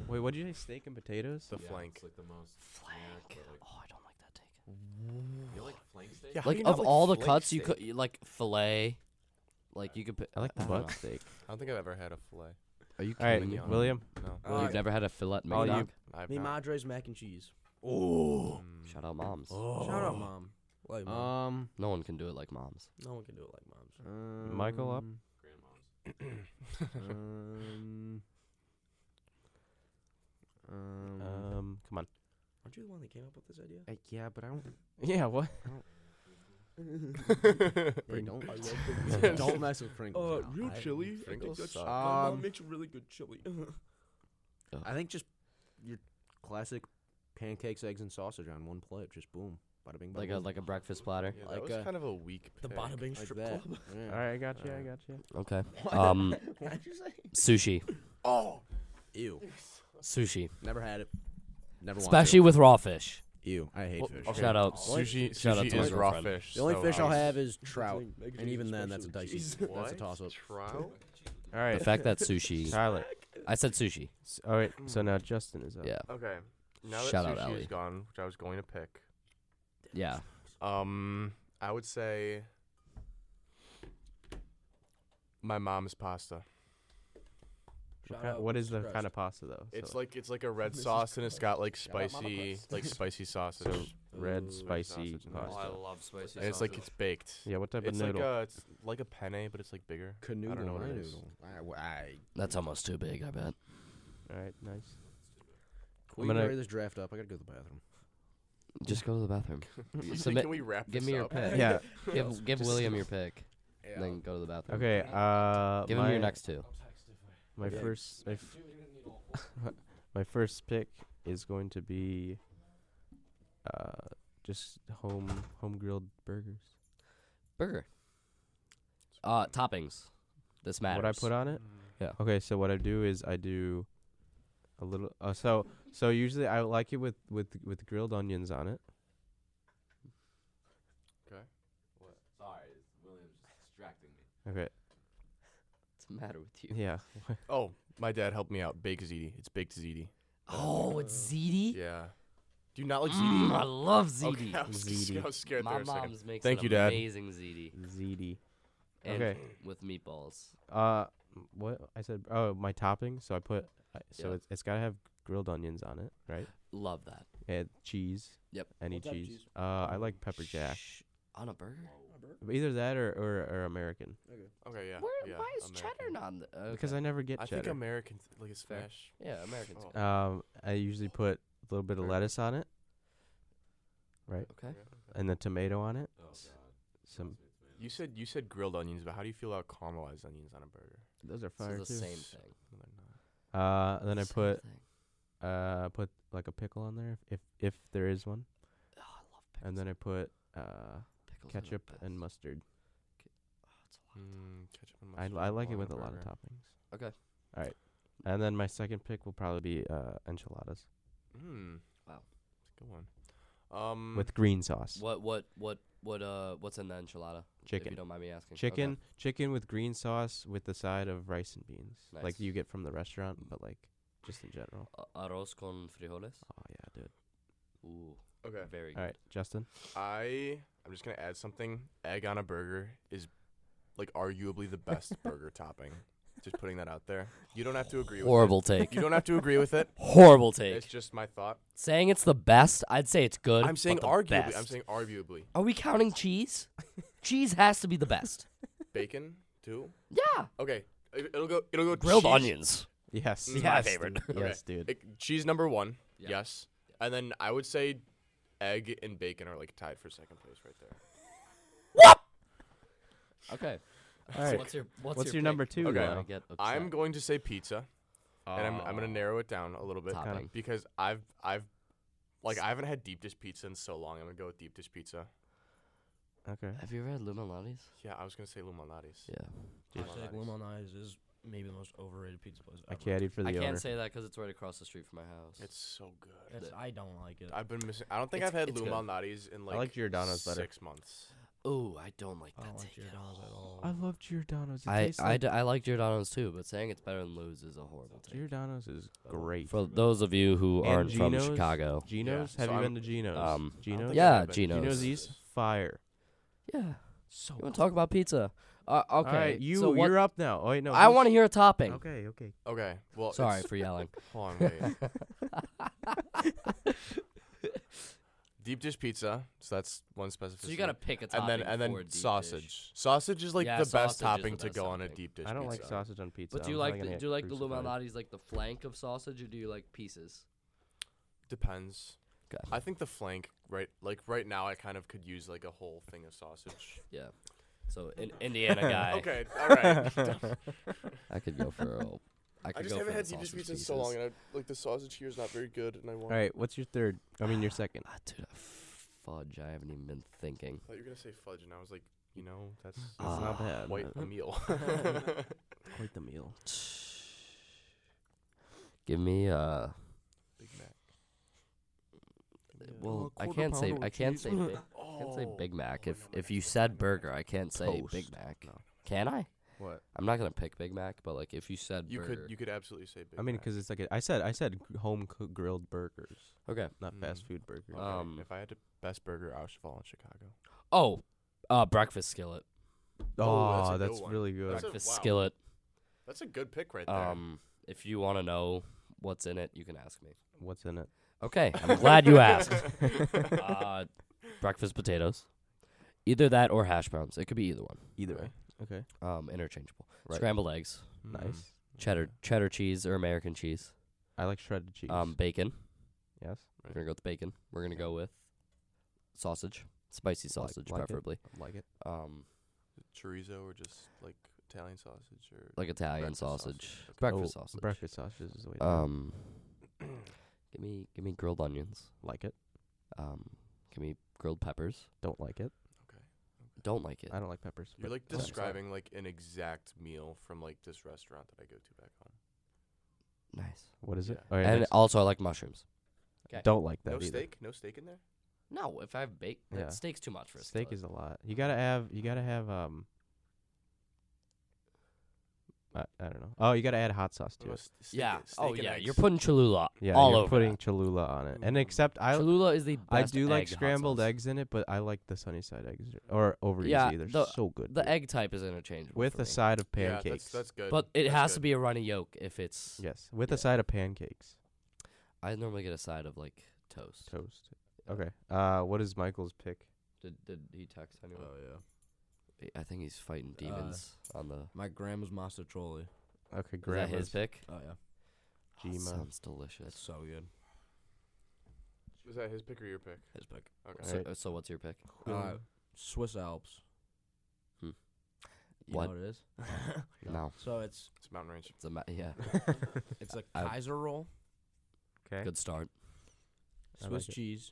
Wait, what did you say? Steak and potatoes? The yeah, flank. It's like the most. generic, Flank. but, like- Oh, I don't like that take. You like flank steak? Yeah, how do Like you not of all the flank cuts, you steak? could you like fillet. Like you could. Put, I like the don't know. butt steak. I don't think I've ever had a fillet. Are you All right, kidding me? Mignon. William. No, Well, you've Alright. never had a fillet All mignon. Oh, you- I've Mi not. Mm. madre's mac and cheese. Shout out moms. Oh. Shout out, mom. Love you, Mom. Um, No one can do it like moms. no one can do it like mom's. Michael up. um, um, Um, come on. Aren't you the one that came up with this idea? uh, yeah, but I don't. Yeah, what? They don't. Don't mess with Pringles. now. I- Pringles suck. Um, makes really good chili. I think just your classic pancakes, eggs, and sausage on one plate. Just boom, bada bing, bada Like a boom. like a breakfast platter. Yeah, like that was a- kind of a weak. the pick. Uh, bada bing like strip that. club. Yeah. All right, I got you. I got you. Okay. Um, sushi, Ew, sushi, never had it. Never. want to. especially with raw fish. Ew, I hate Well, fish. okay. Shout out Sushi, Shout out sushi to my is raw girlfriend. fish. The only so fish I'll I- have is trout, and even then, that's a dicey. That's a toss up. Trout? All The right, fact that sushi, Tyler. I said sushi. S- All right, so now Justin is up. Yeah, Okay. Now that Shout out sushi Ally. is gone, which I was going to pick, yeah. um, I would say my mom's pasta. What, kind, what is the kind of pasta though? It's So, like it's like a red Mrs. sauce, and it's got like Shout out Mama spicy, Chris. like spicy sausage. so red Ooh, spicy sausage and pasta. pasta. love spicy and it's like it's baked. Yeah, what type It's of like noodle? a it's like a penne, but it's like bigger. Canoodle. I don't know what it is. noodle. I, I, That's almost too big. I bet. All right, nice. we gonna- hurry this draft up. I gotta go to the bathroom. Just go to the bathroom. You think, Submit- Can we wrap Give this me your up? pick. Yeah. Give give William your pick. Then go to the bathroom. Okay. Uh, Give my, him your next two. My first, my, f- my first pick is going to be, uh, just home home grilled burgers. Burger. Uh, toppings. This matters. What I put on Mm. it? Yeah. Okay, so what I do is I do a little. Uh, so so usually I like it with with with grilled onions on it. Sorry, William's just distracting me. Okay. What's the matter with you? Yeah. Oh, my dad helped me out. Baked ziti. It's baked ziti. Oh, it's ziti. Yeah. Do you not like Mm, I ziti? love Okay, ziti. I was, I was scared My there a second. mom's makes Thank an you, Dad. amazing ziti. ZD. And Okay. With meatballs. Uh, m- what I said? Oh, my topping. So I put. I So Yeah. it's it's gotta have grilled onions on it, right? Love that. And cheese. Yep. Any What type of cheese. cheese? Uh, I like pepper jack. Shh. On a burger? Either that or or, or American. Okay, yeah. Where, yeah, why is cheddar American. not on the. Because okay. I never get I think cheddar. American, th- like it's Fair. smash. Yeah, Americans. Oh. um, I usually put a little bit of lettuce on it, right, Okay. and the tomato on it. Oh S- god. Some You said you said grilled onions, but how do you feel about caramelized onions on a burger? those are So fire the too. same thing. No, they're not. Uh, then I Same put thing. uh put like a pickle on there if if there is one, Oh, I love pickles. and then I put uh Pickles are the ketchup best. and mustard. Oh, it's a lot. Mm, ketchup and I mustard I like on it with a lot of burger. toppings. Okay. All right, and then my second pick will probably be uh enchiladas Mm. Wow. It's a good one. Um, with green sauce, Mm. What, what, what, what, uh, what's in the enchilada? If you chicken. don't mind me asking. Okay. Chicken, chicken with green sauce with the side of rice and beans, Nice. like you get from the restaurant, but like just in general. A- Arroz con frijoles? Oh yeah, dude. Ooh, okay. very good. All right, Justin. I I'm just gonna add something. Egg on a burger is like arguably the best burger topping. Just putting that out there. You don't have to agree Horrible with take. it. You don't have to agree with it. Horrible It's take. just my thought. Saying it's the best, I'd say it's good. I'm saying but the arguably. I'm best. saying arguably. Are we counting cheese? cheese has to be the best. Bacon too. Yeah. Okay. it- It'll go. It'll go. Grilled cheese- onions. Yes. Mm. My yes, favorite. dude. Okay. Yes, dude. It- cheese number one. Yeah. Yes. And then I would say egg and bacon are like tied for second place right there. Okay. All right. What's your what's, What's your number pick? two, Before I Lyle? get upset. I'm going to say pizza, and I'm I'm gonna narrow it down a little bit Oh. Topping. because I've I've like I haven't had deep dish pizza in so long. I'm gonna go with deep dish pizza. Okay. Have you ever had Luminati's? Yeah, I was gonna say Luminati's. Yeah. Dude, Just like lemon eyes is maybe the most overrated pizza place. I can't eat for the I owner. can't say that because it's right across the street from my house. It's so good. It's, I don't like it. I've been missing. I don't think It's- I've had it's good. Luminati's in like, like Giordano's better. six months. Oh, I don't like I that don't like take at Giordano's at all. all. I love Giordano's. It I tastes I, like- d- I like Giordano's too, but saying it's better than Lou's is a horrible take. Giordano's is Oh, great. For those of you who And aren't Geno's- from Chicago, Geno's. Yeah, Have so you I'm- been to Geno's? um, Geno's. yeah, I've been- Geno's. Geno's East. Fire. Yeah. So. You want to talk about pizza? Uh, okay. All right, you so what- you're up now. Oh wait, no. I he's- want to hear a topping. Okay. Okay. Okay. Well, Sorry it's- for yelling. Hold on, wait. Deep dish pizza. So that's one specificity. So you gotta pick a topping and then and for a then deep dish. sausage. Sausage is like Yeah, the sausage is best the topping to best go on a topping. deep dish. I don't like pizza. sausage on pizza. But do you I'm like probably the, gonna do you like get the crucified. Luminati's like the flank of sausage, or do you like pieces? Depends. Okay. I think the flank right like right now I kind of could use like a whole thing of sausage. Yeah. So an Indiana guy. okay, all right. I could go for. A, I could I just go haven't for had the deep dish sausage pizza in pieces. so long, and I, like the sausage here is not very good, and I want. All right, what's your third? I mean, your second. Ah, dude, I- fudge! I haven't even been thinking. I thought you were gonna say fudge, and I was like, you know, that's That's Ah, not bad. Uh, quite but a meal. quite the meal. Give me uh. Big Mac. Oh, Well, I can't say I can't say big, I can't say Big Mac. If if you said burger, I can't say Big Toast. Mac. No. Can I? What? I'm not gonna pick Big Mac, but like if you said You burger, could you could absolutely say Big I mean, Mac. because it's like a, I said, I said g- home cooked grilled burgers, okay. not fast Mm. food burgers. Okay, um, if I had the best burger, I should fall in Chicago. Oh, uh, breakfast skillet, oh, that's a oh, good that's, one. really good. That's a- breakfast wow. skillet. That's a good pick right there. Um, if you want to know what's in it, you can ask me. What's in it? Okay, I'm glad you asked. uh, breakfast potatoes, either that or hash browns. It could be either one. Either Okay. way. Okay. Um, interchangeable. Right. Scrambled eggs, Nice. cheddar cheddar cheese or American cheese. I like shredded cheese. Um, bacon. yes. We're gonna go with bacon. We're gonna go with sausage, spicy sausage, like it. preferably. I like it. Um, chorizo or just like Italian sausage or like Italian Breakfast sausage, sausage, okay. breakfast Oh, sausage. Breakfast sausage is the way. to go. Um, give me give me grilled onions. like it. Um, give me grilled peppers. Don't like it. Don't like it. I don't like peppers. You're but like that's fine. describing like an exact meal from like this restaurant that I go to back home. Nice. What is it? Yeah. All right, and next. also I like mushrooms. okay. don't like that No either. steak? No steak in there? No, if I have baked, Yeah. that steak's too much for a Steak skillet. is a lot. You gotta have. You gotta have. Um. I, I don't know. Oh, you gotta add hot sauce to No, it. s- steak- Yeah. steak Oh and yeah. eggs. You're putting Cholula Yeah, all you're over. putting that. Mm-hmm. Cholula on it. And except I, Cholula is the I best. do like egg hot scrambled sauce. eggs in it, but I like the sunny side eggs or over Yeah, easy. They're the- so good. The dude. egg type is interchangeable. with for me. a side of Yeah, pancakes. that's, that's good. But it That's has good. to be a runny yolk if it's. yes, with yeah. a side of pancakes. I normally get a side of like toast. Toast. Okay. Uh, what is Michael's pick? Did did he text anyone? Uh, Oh yeah. I think he's fighting Uh, demons on the. My grandma's mastrotroli. Is Okay, that his grandma's. pick? Oh yeah. Oh, Gmail. sounds That's delicious. so good. Was that his pick or your pick? His pick. Okay. So, Alright. uh, so what's your pick? Uh, Swiss Alps. Hmm. You What? know what it is? No, So it's It's Mountain Range. it's a ma- yeah. it's a I- Kaiser roll, Okay. Good start. I Swiss like it. cheese.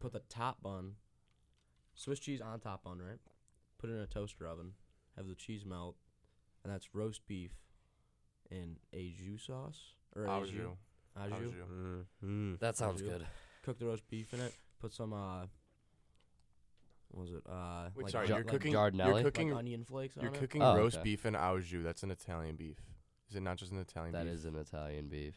Put the top bun, Swiss cheese on top bun, right? Put it in a toaster oven. Have the cheese melt, and that's roast beef, and a jus sauce or Au au jus. jus. Au Au jus. jus. Mm. That sounds you? good. Cook the roast beef in it. Put some uh, what was it? Uh, Wait, like sorry, gi- you're like- cooking Giardinelli? You're like cooking onion flakes. you're on it. cooking Oh, roast okay. beef and au jus. That's an Italian beef. Is it not just an Italian That beef? is an Italian beef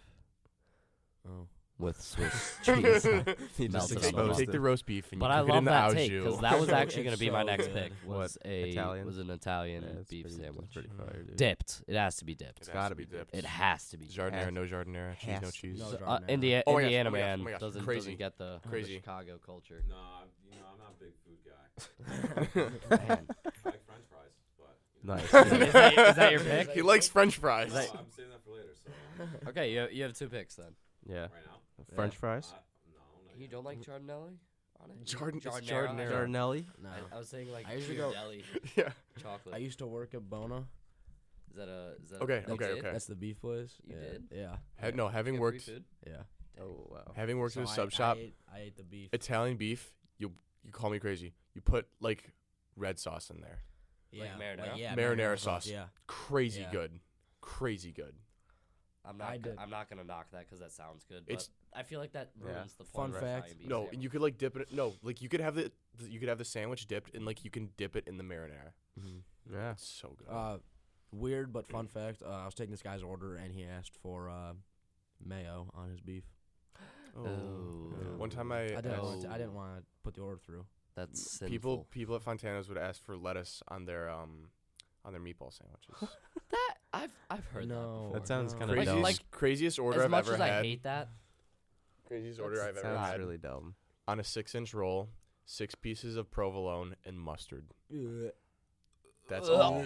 Oh. with Swiss cheese. on it. He Melted just on the Take, the- exposed bun. take it. the roast beef and But you I cook it love in the that au take jus. because that was actually going to It's be my so next good. pick. Was a Italian? was an Yeah, Italian it's beef pretty- it's sandwich. Pretty fire, dude. Dipped. It has to be dipped. It gotta has to be be dipped. It has to be. Jardinera, has- no jardinera, cheese, no has- cheese. No, So, Jarnell. uh, India, Oh my gosh, Indiana oh my gosh, man oh my gosh, doesn't crazy, doesn't get the, the crazy. Chicago culture. No, I'm, you know, I'm not a big food guy. Man. I like French fries, but you know, Nice. is, that- is that- is that your pick? He likes French fries. No, I'm saving that for later. So um, Okay, you you have two picks then. Yeah. right now, French fries. uh, no, not You yet. don't like Giardinelli on it? Jardin- it's Giardinera. Giardinera. Giardinelli. No. I, I was saying like I usually go- Giardelli yeah. chocolate. I used to work at Bona. is that a is that a- Okay, that's okay, it? okay. That's the beef place. You yeah. did? Yeah. Ha- no, having Get free worked food? Yeah. Oh wow. having worked So in a I- sub I shop, ate- I ate the beef. Italian beef. You you call me crazy. You put like red sauce in there. Yeah, like marinara? yeah, marinara marinara sauce, sauce. yeah. Crazy Yeah. good. Crazy good. I'm not. I g- did. I'm not gonna knock that because that sounds good. But It's- I feel like that Yeah. ruins the point. of an IMDb No, sandwich. and you could like dip it. No, like you could have the you could have the sandwich dipped, and like you can dip it in the marinara. Mm-hmm. Yeah. It's so good. Uh, weird but fun fact. Uh, I was taking this guy's order and he asked for uh, mayo on his beef. Oh. One time I, I didn't. asked- Want to, I didn't want to put the order through. That's sinful. people people at Fontana's would ask for lettuce on their um on their meatball sandwiches. that I've I've heard No, that. That sounds kind of craziest, dumb. like- craziest before. order as I've much ever as had. I hate that, craziest order I've ever sounds had. really dumb. on a six inch roll, six pieces of provolone and mustard. That's all.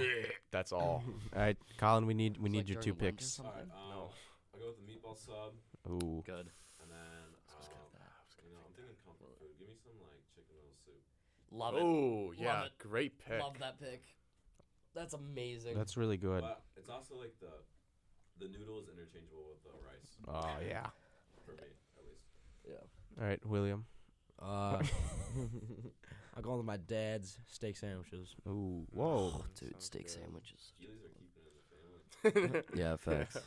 That's all. All right, Colin, we need we It's need like your two during lunch or picks. something. Um, I go with the meatball sub, Ooh, Good. and then um, you know, I'm thinking comfort food. Give me some like chicken noodle soup. Love it. Oh yeah, it. great pick. Love that pick. That's amazing. that's really good. But it's also like the the noodle is interchangeable with the rice Oh yeah. for me at least. All right, William. Uh, I go with my dad's steak sandwiches. Ooh, whoa. Dude, steak sandwiches. Keelys are keeping it in the family. Yeah, facts.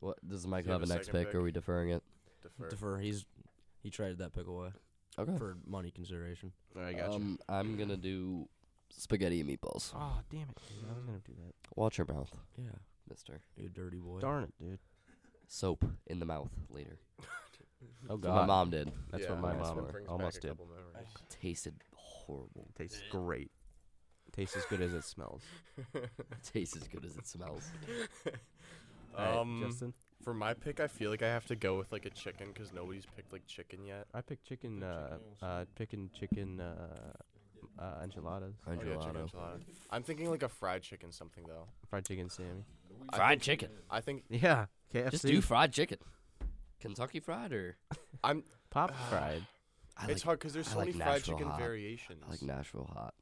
What does Michael have have a a next second pick? Or are pick? we deferring it? Defer. Defer. He's he traded that pick away Okay. for money consideration. I Um, I'm gonna do spaghetti and meatballs. Oh damn it! dude, I was gonna do that. Watch your mouth, Yeah, Mister. you dirty boy. Darn it, dude. Soap in the mouth later. Oh That's what my god. mom did. That's Yeah, what my that's mom what or- brings back almost a did. couple memories. Tasted horrible. Tastes great. Tastes as good as it smells. Tastes as good as it smells. All right, Um, Justin, For my pick, I feel like I have to go with like a chicken because nobody's picked like chicken yet. I picked chicken. Uh, uh, picking chicken. Uh, uh, enchiladas, Oh, yeah, chicken enchilada. I'm thinking like a fried chicken something though. fried chicken, Sammy. Fried chicken. I think Yeah, KFC. Just do fried chicken. Kentucky fried or I'm. pop fried. I it's hard because there's I so like many fried natural chicken hot. I variations. Mm. I like Nashville hot.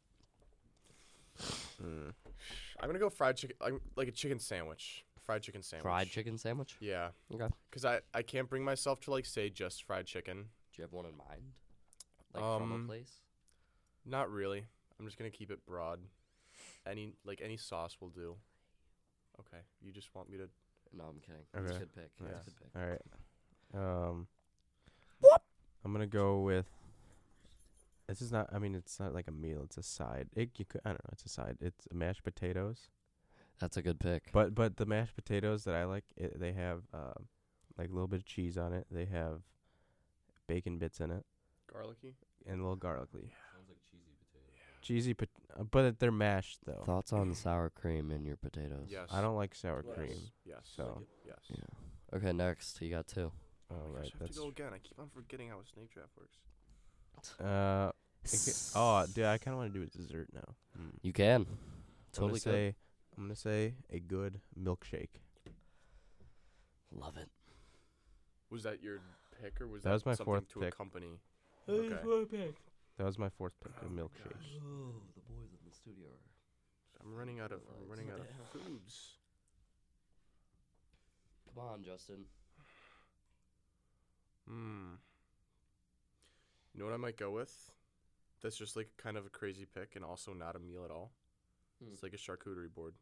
I'm gonna go fried chicken, I'm, like a chicken sandwich, fried chicken sandwich. Fried chicken sandwich. Yeah, Okay. because I I can't bring myself to like say just fried chicken. Do you have one in mind? Like from a Um, place? Not really. I'm just gonna keep it broad. Any like any sauce will do. Okay, you just want me to No, I'm kidding. It's a okay. good pick. It's Yeah. a good pick. All right. Um. I'm gonna go with. This is not. I mean, it's not like a meal. It's a side. It. You could, I don't know. It's a side. It's mashed potatoes. That's a good pick. But but the mashed potatoes that I like, it, they have uh, like a little bit of cheese on it. They have bacon bits in it garlicky. and a little garlic leaf. Sounds like cheesy potato. Cheesy, pot- uh, but they're mashed though. Thoughts on sour cream in your potatoes? Yes. I don't like sour Yes. cream. Yes. So yes. Yeah. Okay, next. You got two. all Oh my gosh, right, I have that's to go again. I keep on forgetting how a snake draft works. uh. it ca- oh, dude, I kind of want to do a dessert now. Hmm. You can. Totally Totally I'm gonna say I'm gonna say a good milkshake. could. Love it. Was that your pick or was That that, was my something fourth to pick. accompany? That was my fourth pick, a milkshake. Oh, the boys in the studio are. I'm running out of I'm running out of foods. Come on, Justin. Hmm. You know what I might go with? That's just like kind of a crazy pick and also not a meal at all. Hmm. It's like a charcuterie board.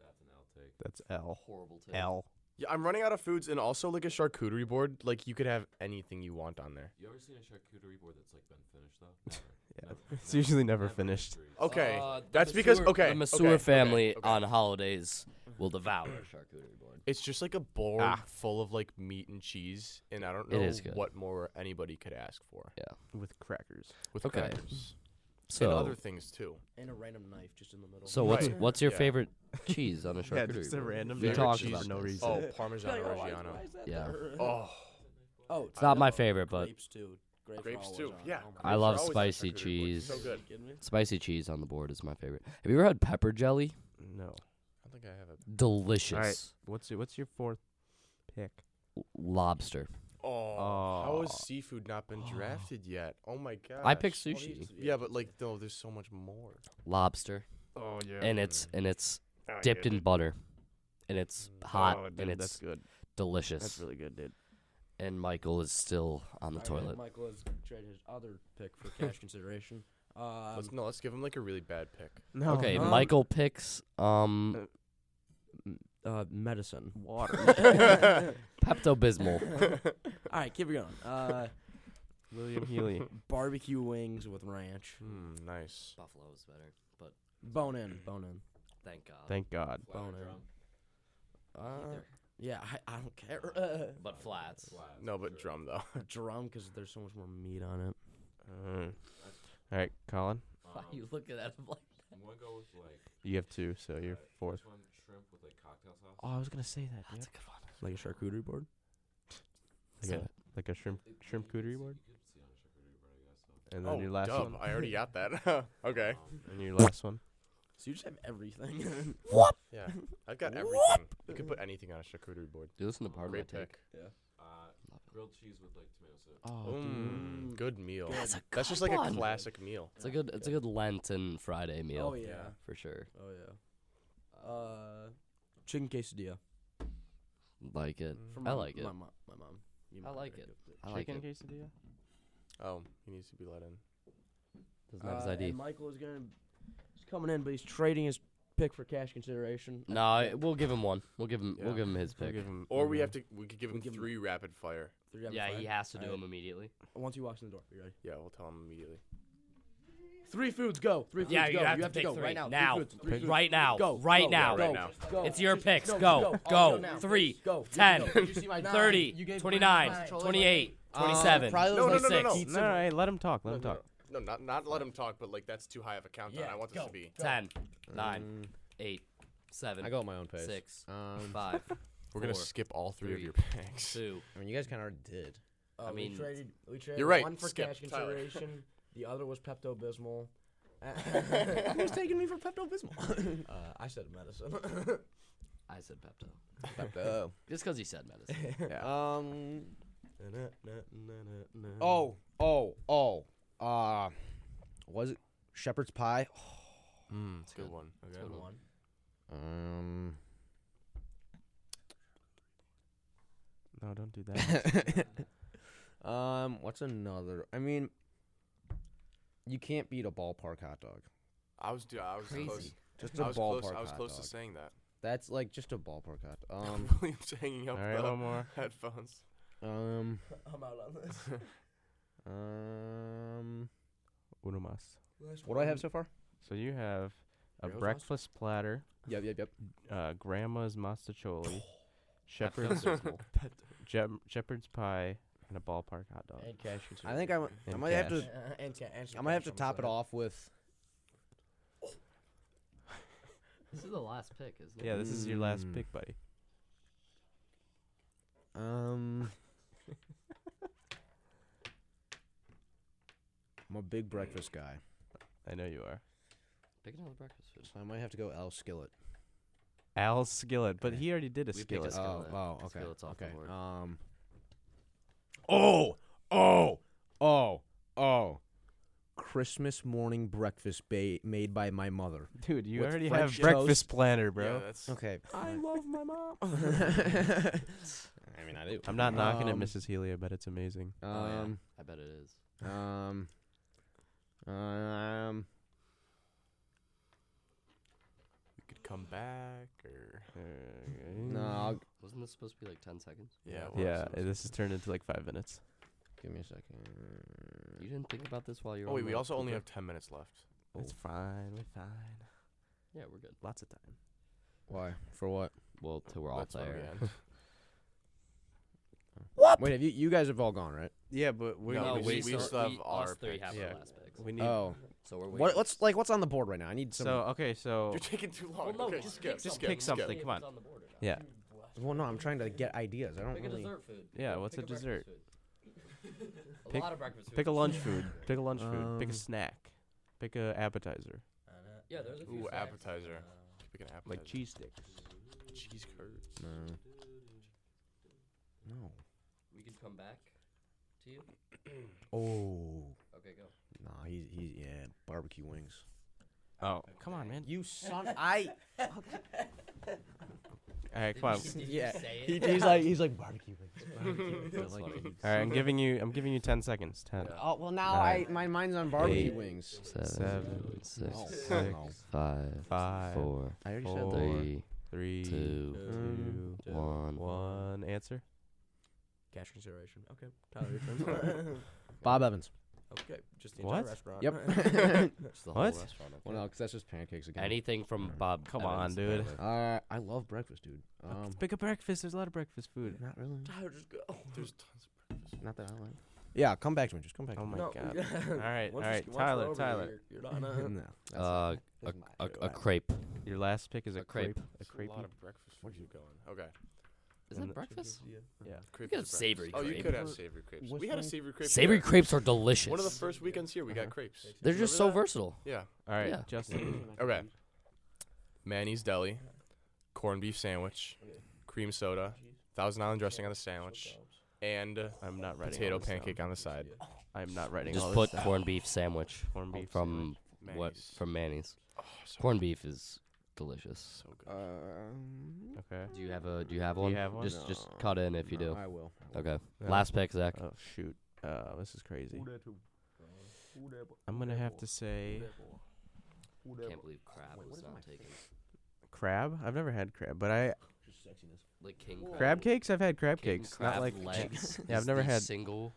That's an L take. That's L. Horrible tip. L. Yeah, I'm running out of foods and also like a charcuterie board. Like you could have anything you want on there. You ever seen a charcuterie board that's like been finished though? Never. Yeah, Never. it's usually never finished. agrees. Okay, Uh, that's because okay. the okay, Masur okay, family okay. on holidays will devour a charcuterie board. It's just like a board Ah. full of like meat and cheese, and I don't It know is good. what more anybody could ask for with crackers. with Okay. crackers So, and other things too. And a random knife just in the middle. so what's Right. what's your Yeah. favorite cheese on a charcuterie? board? random We favorite talked cheese about for no this. reason. Oh, Parmesan Reggiano. Yeah. Oh, Oh, It's not my favorite, but grapes too. Grapes, are grapes always too. on. Yeah, Oh my I grapes are love always on spicy charcuterie boards. So cheese. good. Kidding me? spicy cheese on the board is my favorite. Have you ever had pepper jelly? No. I think I have it. Delicious. What's your, what's your fourth pick? L- Lobster. Oh, how Oh. has seafood not been drafted yet? Oh my god. I pick Well, these sushi. are- Yeah, but like no, there's so much more. Lobster. Oh yeah. and it's and it's dipped in butter, and it's hot and it's Mm. Oh, that's good. delicious. That's really good, dude. and Michael is still on the All right, toilet. Michael has traded his other pick for cash consideration. Um, let's, no, let's give him like a really bad pick. Oh, okay, um, Michael picks um uh, medicine. Water. Pepto Pepto-Bismol. All right, keep it going. Uh, William Healy. barbecue wings with ranch. Mm, nice. Buffalo is better, but Bone in, bone in, thank God. Thank God. Flat or bone in. drum? Uh, Either. yeah, I, I don't care. Uh, But flats. No, but drum though. drum because there's so much more meat on it. Mm. All right, Colin. Why you looking at him like I'm gonna go with like You have two, so you're fourth. this one shrimp with like cocktail sauce. Oh, I was gonna say that. that's a good one. Like a charcuterie board. Like a, like a shrimp shrimp cooterie board. And then oh, your last dub. one. I already got that. okay. And your last one. So you just have everything. Yeah, I've got everything. You could put anything on a charcuterie board. Dude, listen to part of my Great take. pick. Uh, grilled cheese with like tomato soup. Oh, Mm, good meal. That's a That's just good like a one. classic meal. It's a good it's a good Lenten Friday meal oh yeah. for sure. Oh yeah. Uh, chicken quesadilla. Like it. From I my- like it. My mom. My mom. Your I mom like very it. good. I like it. quesadilla. Oh, he needs to be let in. Doesn't have his Uh, ID. And Michael is gonna. He's coming in, but he's trading his pick for cash consideration. No, I- we'll give him one. We'll give him. We'll Yeah. give him his We'll pick. give him- Or we'll we give have to. We could give We him give him- three rapid fire. Three out of yeah, Uh, five. he has to do Alright. them immediately. Once he walks in the door, you ready? Yeah, we'll tell him immediately. Three foods, go. Three foods, Yeah, go. you have to pick go three. right now. Now. three foods, three foods. Right now. Go. Right go, now. Go, Right now. Go. It's your Just- picks. no, Go. Go. Go. Go now. Three. Go. Ten. Go. Did you see my nine? You 30, gave 29, mine nine. Uh, 28, 27, No, no, no, no, 26, no. No, all right, let him talk. Let him no, talk. No, not not let him talk, but like that's too high of a countdown. Yeah, I want this go. to be. 10, 9, 8, 7, I go at my own pace. six, Um, 5, We're gonna Four, skip all three, three, of your picks. 2. I mean, you guys kind of already did. Uh, I mean- we traded. We traded right, One for Skip, cash Tyler. consideration. the other was Pepto Bismol. Who's taking me for Pepto Bismol? uh, I said medicine. I said Pepto. Pepto. Just because he said medicine. Um. Oh, oh, oh. Uh, was it shepherd's pie? Mm, it's a good one. Okay. Good one. Um. No, don't do that. um. What's another? I mean, you can't beat a ballpark hot dog. I was, dude, I was close. Crazy. Just a I was ballpark. close. I was hot close to dog. saying that. That's like just a ballpark hot. Um. William's hanging all up right, the one more. headphones. um. I'm out on this. Um. Uno mas. What do I have so far? Um, So you have a Burritos sauce? breakfast platter, Yep. Yep. Yep. uh, grandma's masticholi, shepherd's Jep- shepherd's pie, and a ballpark hot dog. And cash consideration. I think I, mi- I And might have to. cash. and ca- and I might have to cash, top it I'm off with. This is the last pick, isn't it? Yeah, this is your last Mm. pick, buddy. Um. I'm a big breakfast Mm. guy, I know you are. Pick another breakfast food. so I might have to go Al Skillet. Al Skillet, but he already did a We picked skillet. a skillet. Oh, oh, okay, Skillet's off the okay. board. Um. Oh, oh, oh, oh! Christmas morning breakfast ba- made by my mother. Dude, you With already French have breakfast toast. planner, Yeah, bro. that's. Okay. I love my mom. I mean, I do. I'm not knocking Um, at Mrs. Healy. I bet it's amazing. Oh, yeah. Um. I bet it is. Um. Um. You could come back or. No, I'll- Wasn't this supposed to be like 10 seconds? Yeah. well, Yeah, so- this has turned into like five minutes. give me a second. You didn't think about this while you were Oh wait, on we the also only Uber? have ten minutes left. It's Oh. fine. We're fine. Yeah, we're good. Lots of time. Why? For what? Well, till we're all That's when we there. end. Wait, have you you guys have all gone right? Yeah, but we're No, No, we we, still, still- still have we- our us three picks. have Yeah. our last picks. we need. Oh, So we're waiting. what? What's like what's on the board right now? I need some. so uh, okay, so You're taking too long. Well, no, okay, just skip, pick skip, something. pick skip. something. Come on. yeah, well, no, I'm trying to get ideas. I don't Pick a really. dessert food. Yeah, what's a breakfast dessert? food. a Pick- lot of breakfast food. pick a lunch food. Pick a lunch food. Pick Um, a snack. Pick a appetizer, Yeah, there's a few Ooh, snacks. appetizer. Pick an appetizer. like cheese sticks. cheese curds. No. No. We could come back to you. Oh. Okay, go. No, he's he's yeah barbecue wings. Oh, come on, man. You son, I. All right, come on. Yeah. He- he's like he's like barbecue. That's funny. All right, I'm giving you. I'm giving you ten seconds. Ten. Oh well, now Nine, I my mind's on barbecue eight, wings. Oh, Seven, Seven, six, No, six, no. five, Five, four, I already said four, that. three, three, two, two, one. one. Answer. Cash consideration. Okay, Tyler, your turn. Bob Evans. okay, just the entire What? restaurant. Yep. It's the What? whole restaurant. I well, no, because that's just pancakes again. Anything from Bob. Come on, Evans. dude. Uh, I love breakfast, dude. Um, Pick a breakfast. There's a lot of breakfast food. not really. Tyler, just go. There's tons of Not that I like. Yeah, come back to me. Just come back. Oh to me. my no. god. all right, all right, Tyler, Tyler. You're, you're not. Uh, no. that's Uh, not- a, that's my a, favorite. a crepe. Your last pick is a, A crepe. crepe. A crepe. a lot of breakfast food you going. Okay. Is that breakfast? Yeah. Crepes could is have savory breakfast. Oh, you crepe. could have savory crepes. We had a savory crepe. Savory here. crepes are delicious. One of the first weekends here, we got crepes. They're just so Remember versatile. that? Yeah. All right, Yeah. Justin. Okay. Manny's Deli, corned beef sandwich, cream soda, Thousand Island dressing on the sandwich, and uh, I'm not writing. potato all this down. pancake on the side. I'm not writing. Just all put this down. corned beef sandwich corned beef from what Manny's. from Manny's. so Corned beef is delicious. So good. Um, sandwich. Okay. Do you have a Do you have Do you one? have one? Just Just cut in if you no, do. I will. Okay. No. Last pick, Zach. Oh shoot. Uh, this is crazy. I'm gonna have to say Can't believe crab was not taken. crab. I've never had crab, but I Like king crab cakes. I've had crab King cakes. crab not like legs. Yeah, I've is never the had- single.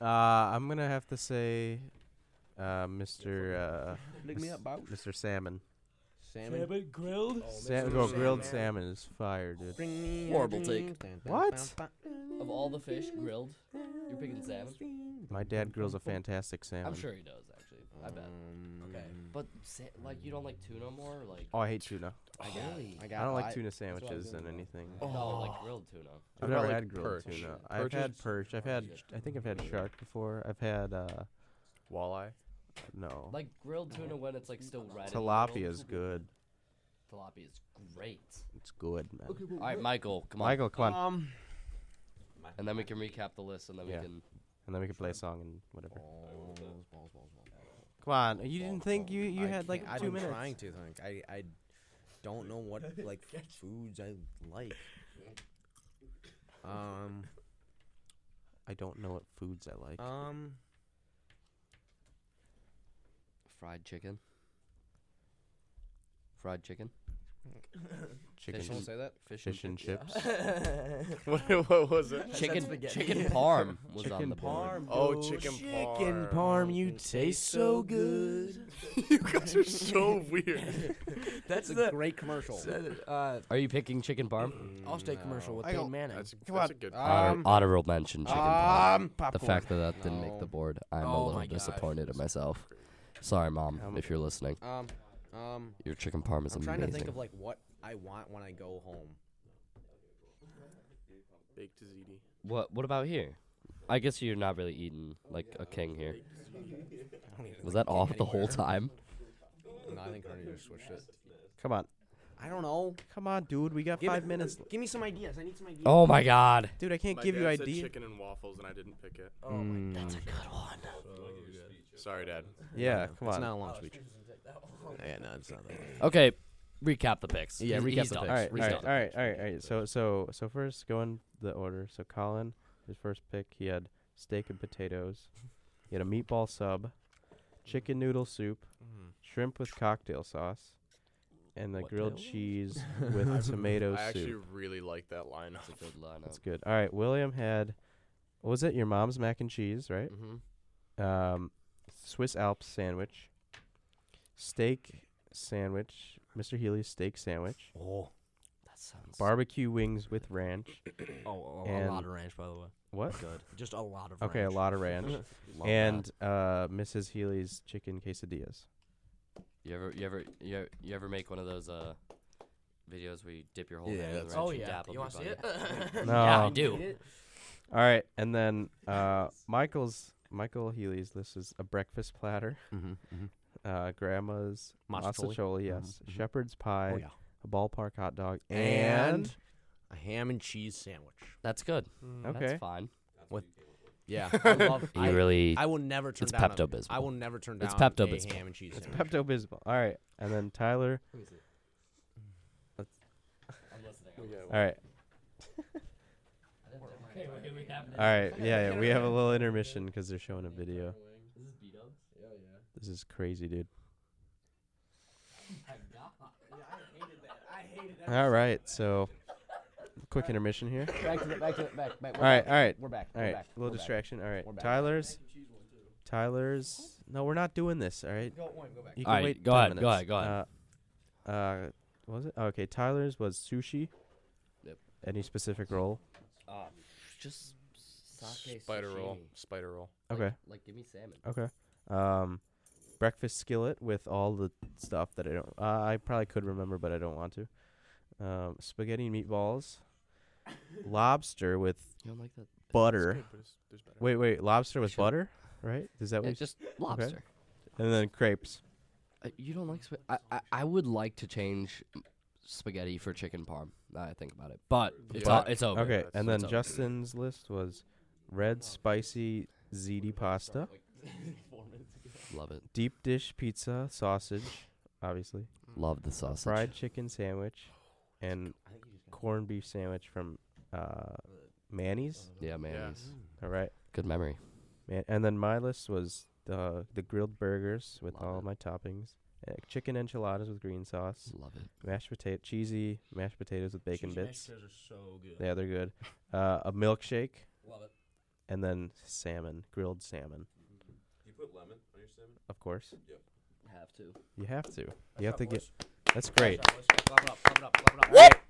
Uh, I'm gonna have to say, uh, Mr. Uh, Look me up, Bob. Mr. Salmon. Salmon. grilled. Sa- go grilled Oh, salmon is fire, dude. Bring me a Horrible take. drink. Dun, dun, What? dun, dun. Of all the fish grilled, you're picking salmon. My dad grills a fantastic salmon. I'm sure he does actually. I bet. Um, Um, Okay. But sa- like you don't like tuna more, or, like Oh, I hate tuna. I got it. I, got I don't it. like tuna what I was sandwiches and gonna- anything. no like grilled tuna. I've What about, never like, had grilled perch? tuna. Perch I've is- had perch. I've had. I think I've had shark before. I've had. uh Walleye. No. Like grilled tuna when it's like still red. and tilapia grilled. is good. Tilapia is great. It's good, man. All right, Michael, come on. Michael, come on, Um, And then we can recap the list, and then Yeah. we can. and then we can play a song and whatever. Come on, you didn't think you you I had like can't- I've two been minutes. trying to think. I I don't know what like foods I like. Um I don't know what foods I like. um Fried chicken. Fried chicken. Chicken, Fish and, say that. Fish, fish and and chips. what, what was it? chicken. Chicken parm was on Chicken the board. Oh, chicken parm. Chicken parm, you taste so good. you guys are so weird. That's It's the. a great commercial. uh, Are you picking chicken parm? I'll stay commercial with Peyton Manning. That's, Come that's on. a good. Ah. Um, Honorable mention, chicken parm. um, popcorn. The fact that that didn't make No. the board, I'm Oh a little my gosh. disappointed in myself. Sorry, mom, Um, if you're listening. um um Your chicken parm is I'm amazing. trying to think of like what I want when I go home. baked ziti. what? What about here? I guess you're not really eating like a king here. Was that off the whole time? No, I think Ernie just switched it. Come on, I don't know. come on, dude. We got Give five it- minutes, Give me some ideas. I need some ideas. Oh my god. dude. I can't give you ideas. chicken and waffles, and I didn't pick it. oh Mm. my god. Sorry, Dad. Yeah, come It's on. not a long speech. Yeah, no, it's not that. Okay, recap the picks. Yeah, He's- recap he's the done. all right, all He's right, all done. right, all right, all right. So, so, so first, going the order. So, Colin, his first pick, he had steak and potatoes. He had a meatball sub, chicken noodle soup, Mm. shrimp with cocktail sauce, and the What grilled tail? cheese with tomato I actually soup. really like that lineup. That's a good lineup. That's good. All right, William had, what was it? Your mom's mac and cheese, right? Mm-hmm. Mm. Um, Swiss Alps sandwich, steak sandwich, Mr. Healy's steak sandwich, Oh, that sounds. barbecue wings with ranch. Oh, a- a, And- lot of ranch, by the way. What? Good. Just a lot of. Okay, a ranch. lot of ranch. Love and uh, Mrs. Healy's chicken quesadillas. you ever, you ever, you ever, you ever make one of those uh videos where you dip your whole Yeah, hand in the that's- that. Oh ranch and yeah. dab You up want to see your it? No. Yeah, I do. All right, and then uh, Michael's Michael Healy's list is a breakfast platter, Mm-hmm, uh, grandma's Masticholi? masticholi, yes, shepherd's pie, Oh yeah. a ballpark hot dog, and, And a ham and cheese sandwich. That's good. Mm-hmm. okay, That's fine. Yeah, I love. You I, really. I will never turn It's down. a- Pepto-Bismol. I will never turn down. It's a Pepto-Bismol. ham and cheese it's sandwich. Pepto Bismol. All right, and then Tyler All right. Okay, what do we have All right. Yeah, yeah. We have a little intermission because they're showing a video. This is B-dubs? Yeah, yeah. This is crazy, dude. Oh All right. So, quick intermission here. Back to the- back to the- back- back- All we're right. back. All right. We're back, All we're right. back, little we're back. distraction. All right. We're back. Tyler's. Tyler's. No, we're not doing this. All right. Go one, go back. You All can right, wait go 10 ahead, go minutes. ahead, go ahead. Uh, uh, what was it? Okay. Tyler's was sushi. Yep. Any specific role? Um, just sake Spider roll. sashimi. Spider roll. Like- Okay. Like, give me salmon. Okay. Um, breakfast skillet with all the stuff that I don't. Uh, I probably could remember, but I don't want to. Um, spaghetti and meatballs. lobster with You don't like that? butter. good, but it's- there's better. Wait, wait. Lobster with butter, right? Is that what? Yeah, you s- just okay. lobster. And then crepes. Uh, you don't like spaghetti? I, I, I would like to change spaghetti for chicken parm. Now I think about it. But it's, But- o- it's over. Okay, and then It's over. Justin's list was red spicy ziti pasta, Love it. deep dish pizza, sausage, obviously, Love the sausage. fried chicken sandwich, and corned beef sandwich from uh, Manny's. Yeah, mayonnaise. All right, Good memory. man. And then my list was the the grilled burgers with Love all it. my toppings, uh, chicken enchiladas with green sauce, Love it. mashed potato, cheesy mashed potatoes with bacon bits. Those are so good. Yeah, they're good. Uh, a milkshake, Love it. and then salmon, grilled salmon, Do you put lemon on your salmon? of course. Have to. You have to. You have to get. That's great. Clap it up, clap it up, clap it up.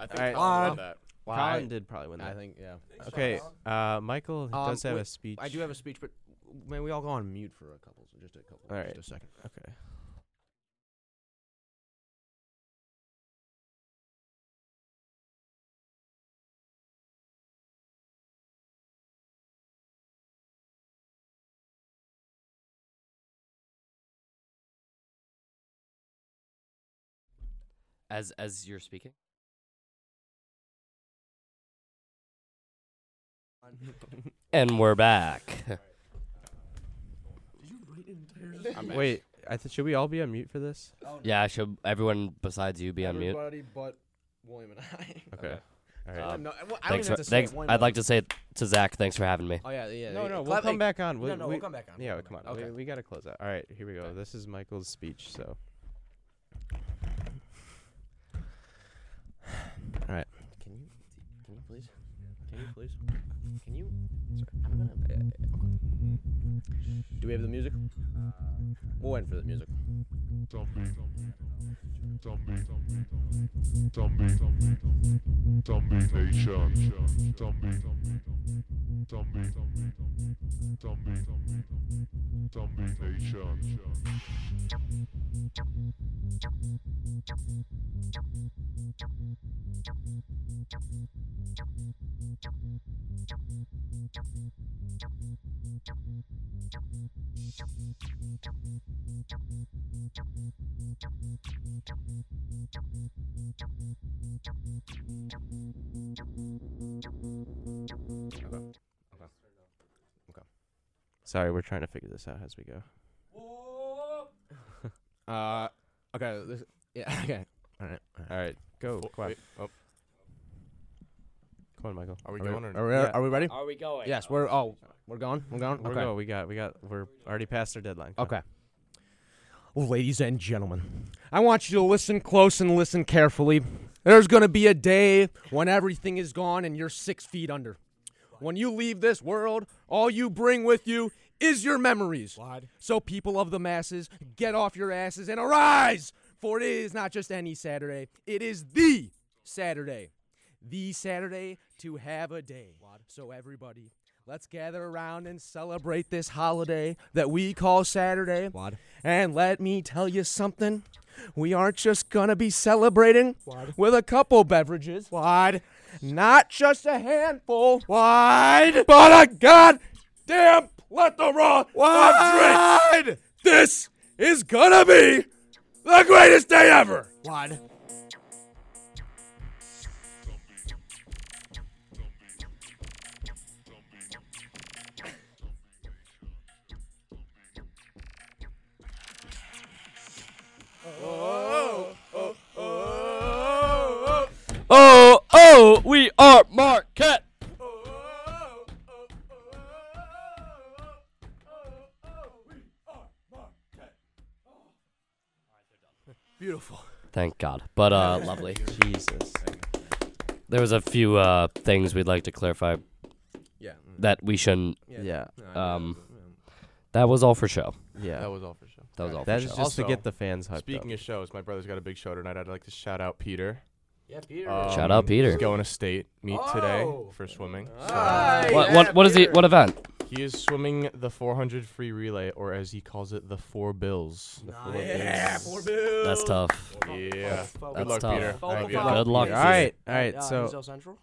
I All right. think Colin did that. Colin did probably win I that. think yeah. Okay, uh, Michael Um, does have wait, a speech. I do have a speech, but may we all go on mute for a couple, so just a couple, All right. just a second. Okay. As as you're speaking. and we're back. Wait, I th- should we all be on mute for this? yeah, should everyone besides you be on mute? Everybody but William and I. Okay. All right. Um, No, well, I thanks. don't even For, have to say it, thanks. William I'd and I. like to say to Zach, thanks for having me. Oh yeah, yeah. no, no, yeah, yeah. we'll Clap- come hey, back on. We, no, no, we, we'll come back on. Yeah, we'll come on. back. We, we gotta close out. All right, here we go. This is Michael's speech. So. All right. Can you, can you please, can you please, can you? I'm gonna. Do we have the music? We'll wait for the music. Sorry, we're trying to figure this out as we go. Uh, okay. This, yeah. Okay. All right. All right. All right, go. Fo- Come on, wait, oh, come on, Michael. Are we going or Are no? we, Yeah. are we ready? Are we going? Yes. We're oh, we're going. We're going. We're okay. Oh, go. We got. We got. We're already past our deadline. Come on. Okay. Well, ladies and gentlemen, I want you to listen close and listen carefully. There's going to be a day when everything is gone and you're six feet under. When you leave this world, all you bring with you is your memories. So, people of the masses, get off your asses and arise! For it is not just any Saturday, it is the Saturday. The Saturday to have a day. So, everybody, let's gather around and celebrate this holiday that we call Saturday. And let me tell you something. We aren't just gonna be celebrating with a couple beverages. Wide. Not just a handful. Wide. But a goddamn plethora of drinks. This is gonna be the greatest day ever. Wide. oh, oh, we are Marquette. Beautiful. Thank God. But uh, lovely. Jesus. There was a few uh things we'd like to clarify. Yeah. That we shouldn't. Yeah. Yeah. Um, that was all for show. Yeah. That was all for show. That was all That for is show. just to Also, get the fans hyped Speaking up. of shows, my brother's got a big show tonight. I'd like to shout out Peter. Um, Yeah, Peter. Oh, Shout out Peter. He's going to state meet Oh. today for swimming. So what what what is the what event? He is swimming the 400 free relay, or as he calls it, the four bills. The four Yeah, bills. four bills. That's tough. Yeah. That's Good luck, tough. Peter. Four Thank bills. you. Good luck, Peter. All right. All Alright, right. uh, So Hillsdale Central?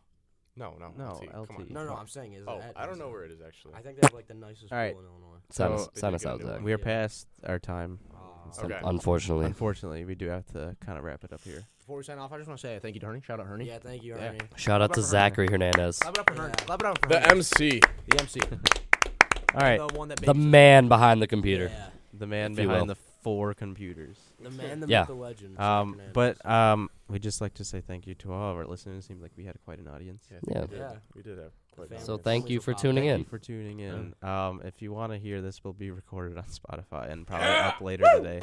No, no, No, LT, come LT. on. No, no, I'm saying is Oh, at I don't Hillsdale. know where it is actually. I think they have like the nicest Alright. pool in Illinois. Send So- us send They us do out, get a Zach. new we are past our time. Uh, Some- Okay. Unfortunately. Unfortunately, we do have to kind of wrap it up here. Before we sign off, I just want to say thank you to Ernie. Shout out Ernie. Yeah, thank you, Yeah. Ernie. Shout out to Zachary Hernandez, Clap it up for Ernie. Yeah. Clap it up for The Ernie. MC. the MC. All right. The one that the babies- man behind the computer. Yeah. The man If you will. behind the four computers. The man, the Yeah. myth, the legend. Zach Um, Hernandez. but um, we'd just like to say thank you to all of our listeners. It seemed like we had quite an audience. Yeah. yeah. We did have quite Fam- a So Families thank you will for pop. tuning Thank you in. for tuning in. Um, if you want to hear this, will be recorded on Spotify and probably up later today,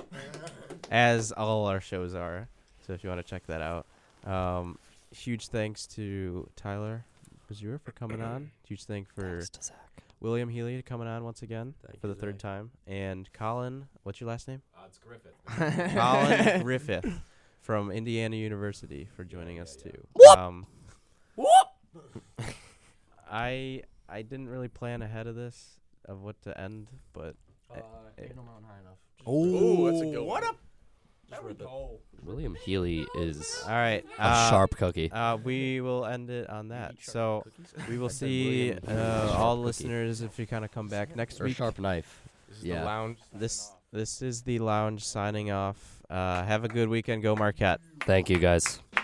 as all our shows are. So if you want to check that out, um, huge thanks to Tyler Bazure for coming on. Huge thank for Thanks to Zach. William Healy coming on once again Thank for you, the third Zach. time, and Colin. What's your last name? Uh, it's Griffith. Colin Griffith from Indiana University for joining us too. Um, I I didn't really plan ahead of this of what to end, but Uh, ain't no mountain high enough. Just Ooh, that's a good what one. Just rip it. William Healy is all right. a uh, sharp cookie. Uh, we will end it on that. So we will see uh, all cookie. listeners if you kind of come back next or week. sharp knife. This is Yeah. the lounge. This this is the lounge signing off. Uh, have a good weekend, go Marquette. Thank you guys. Oh, Oh, Oh, oh,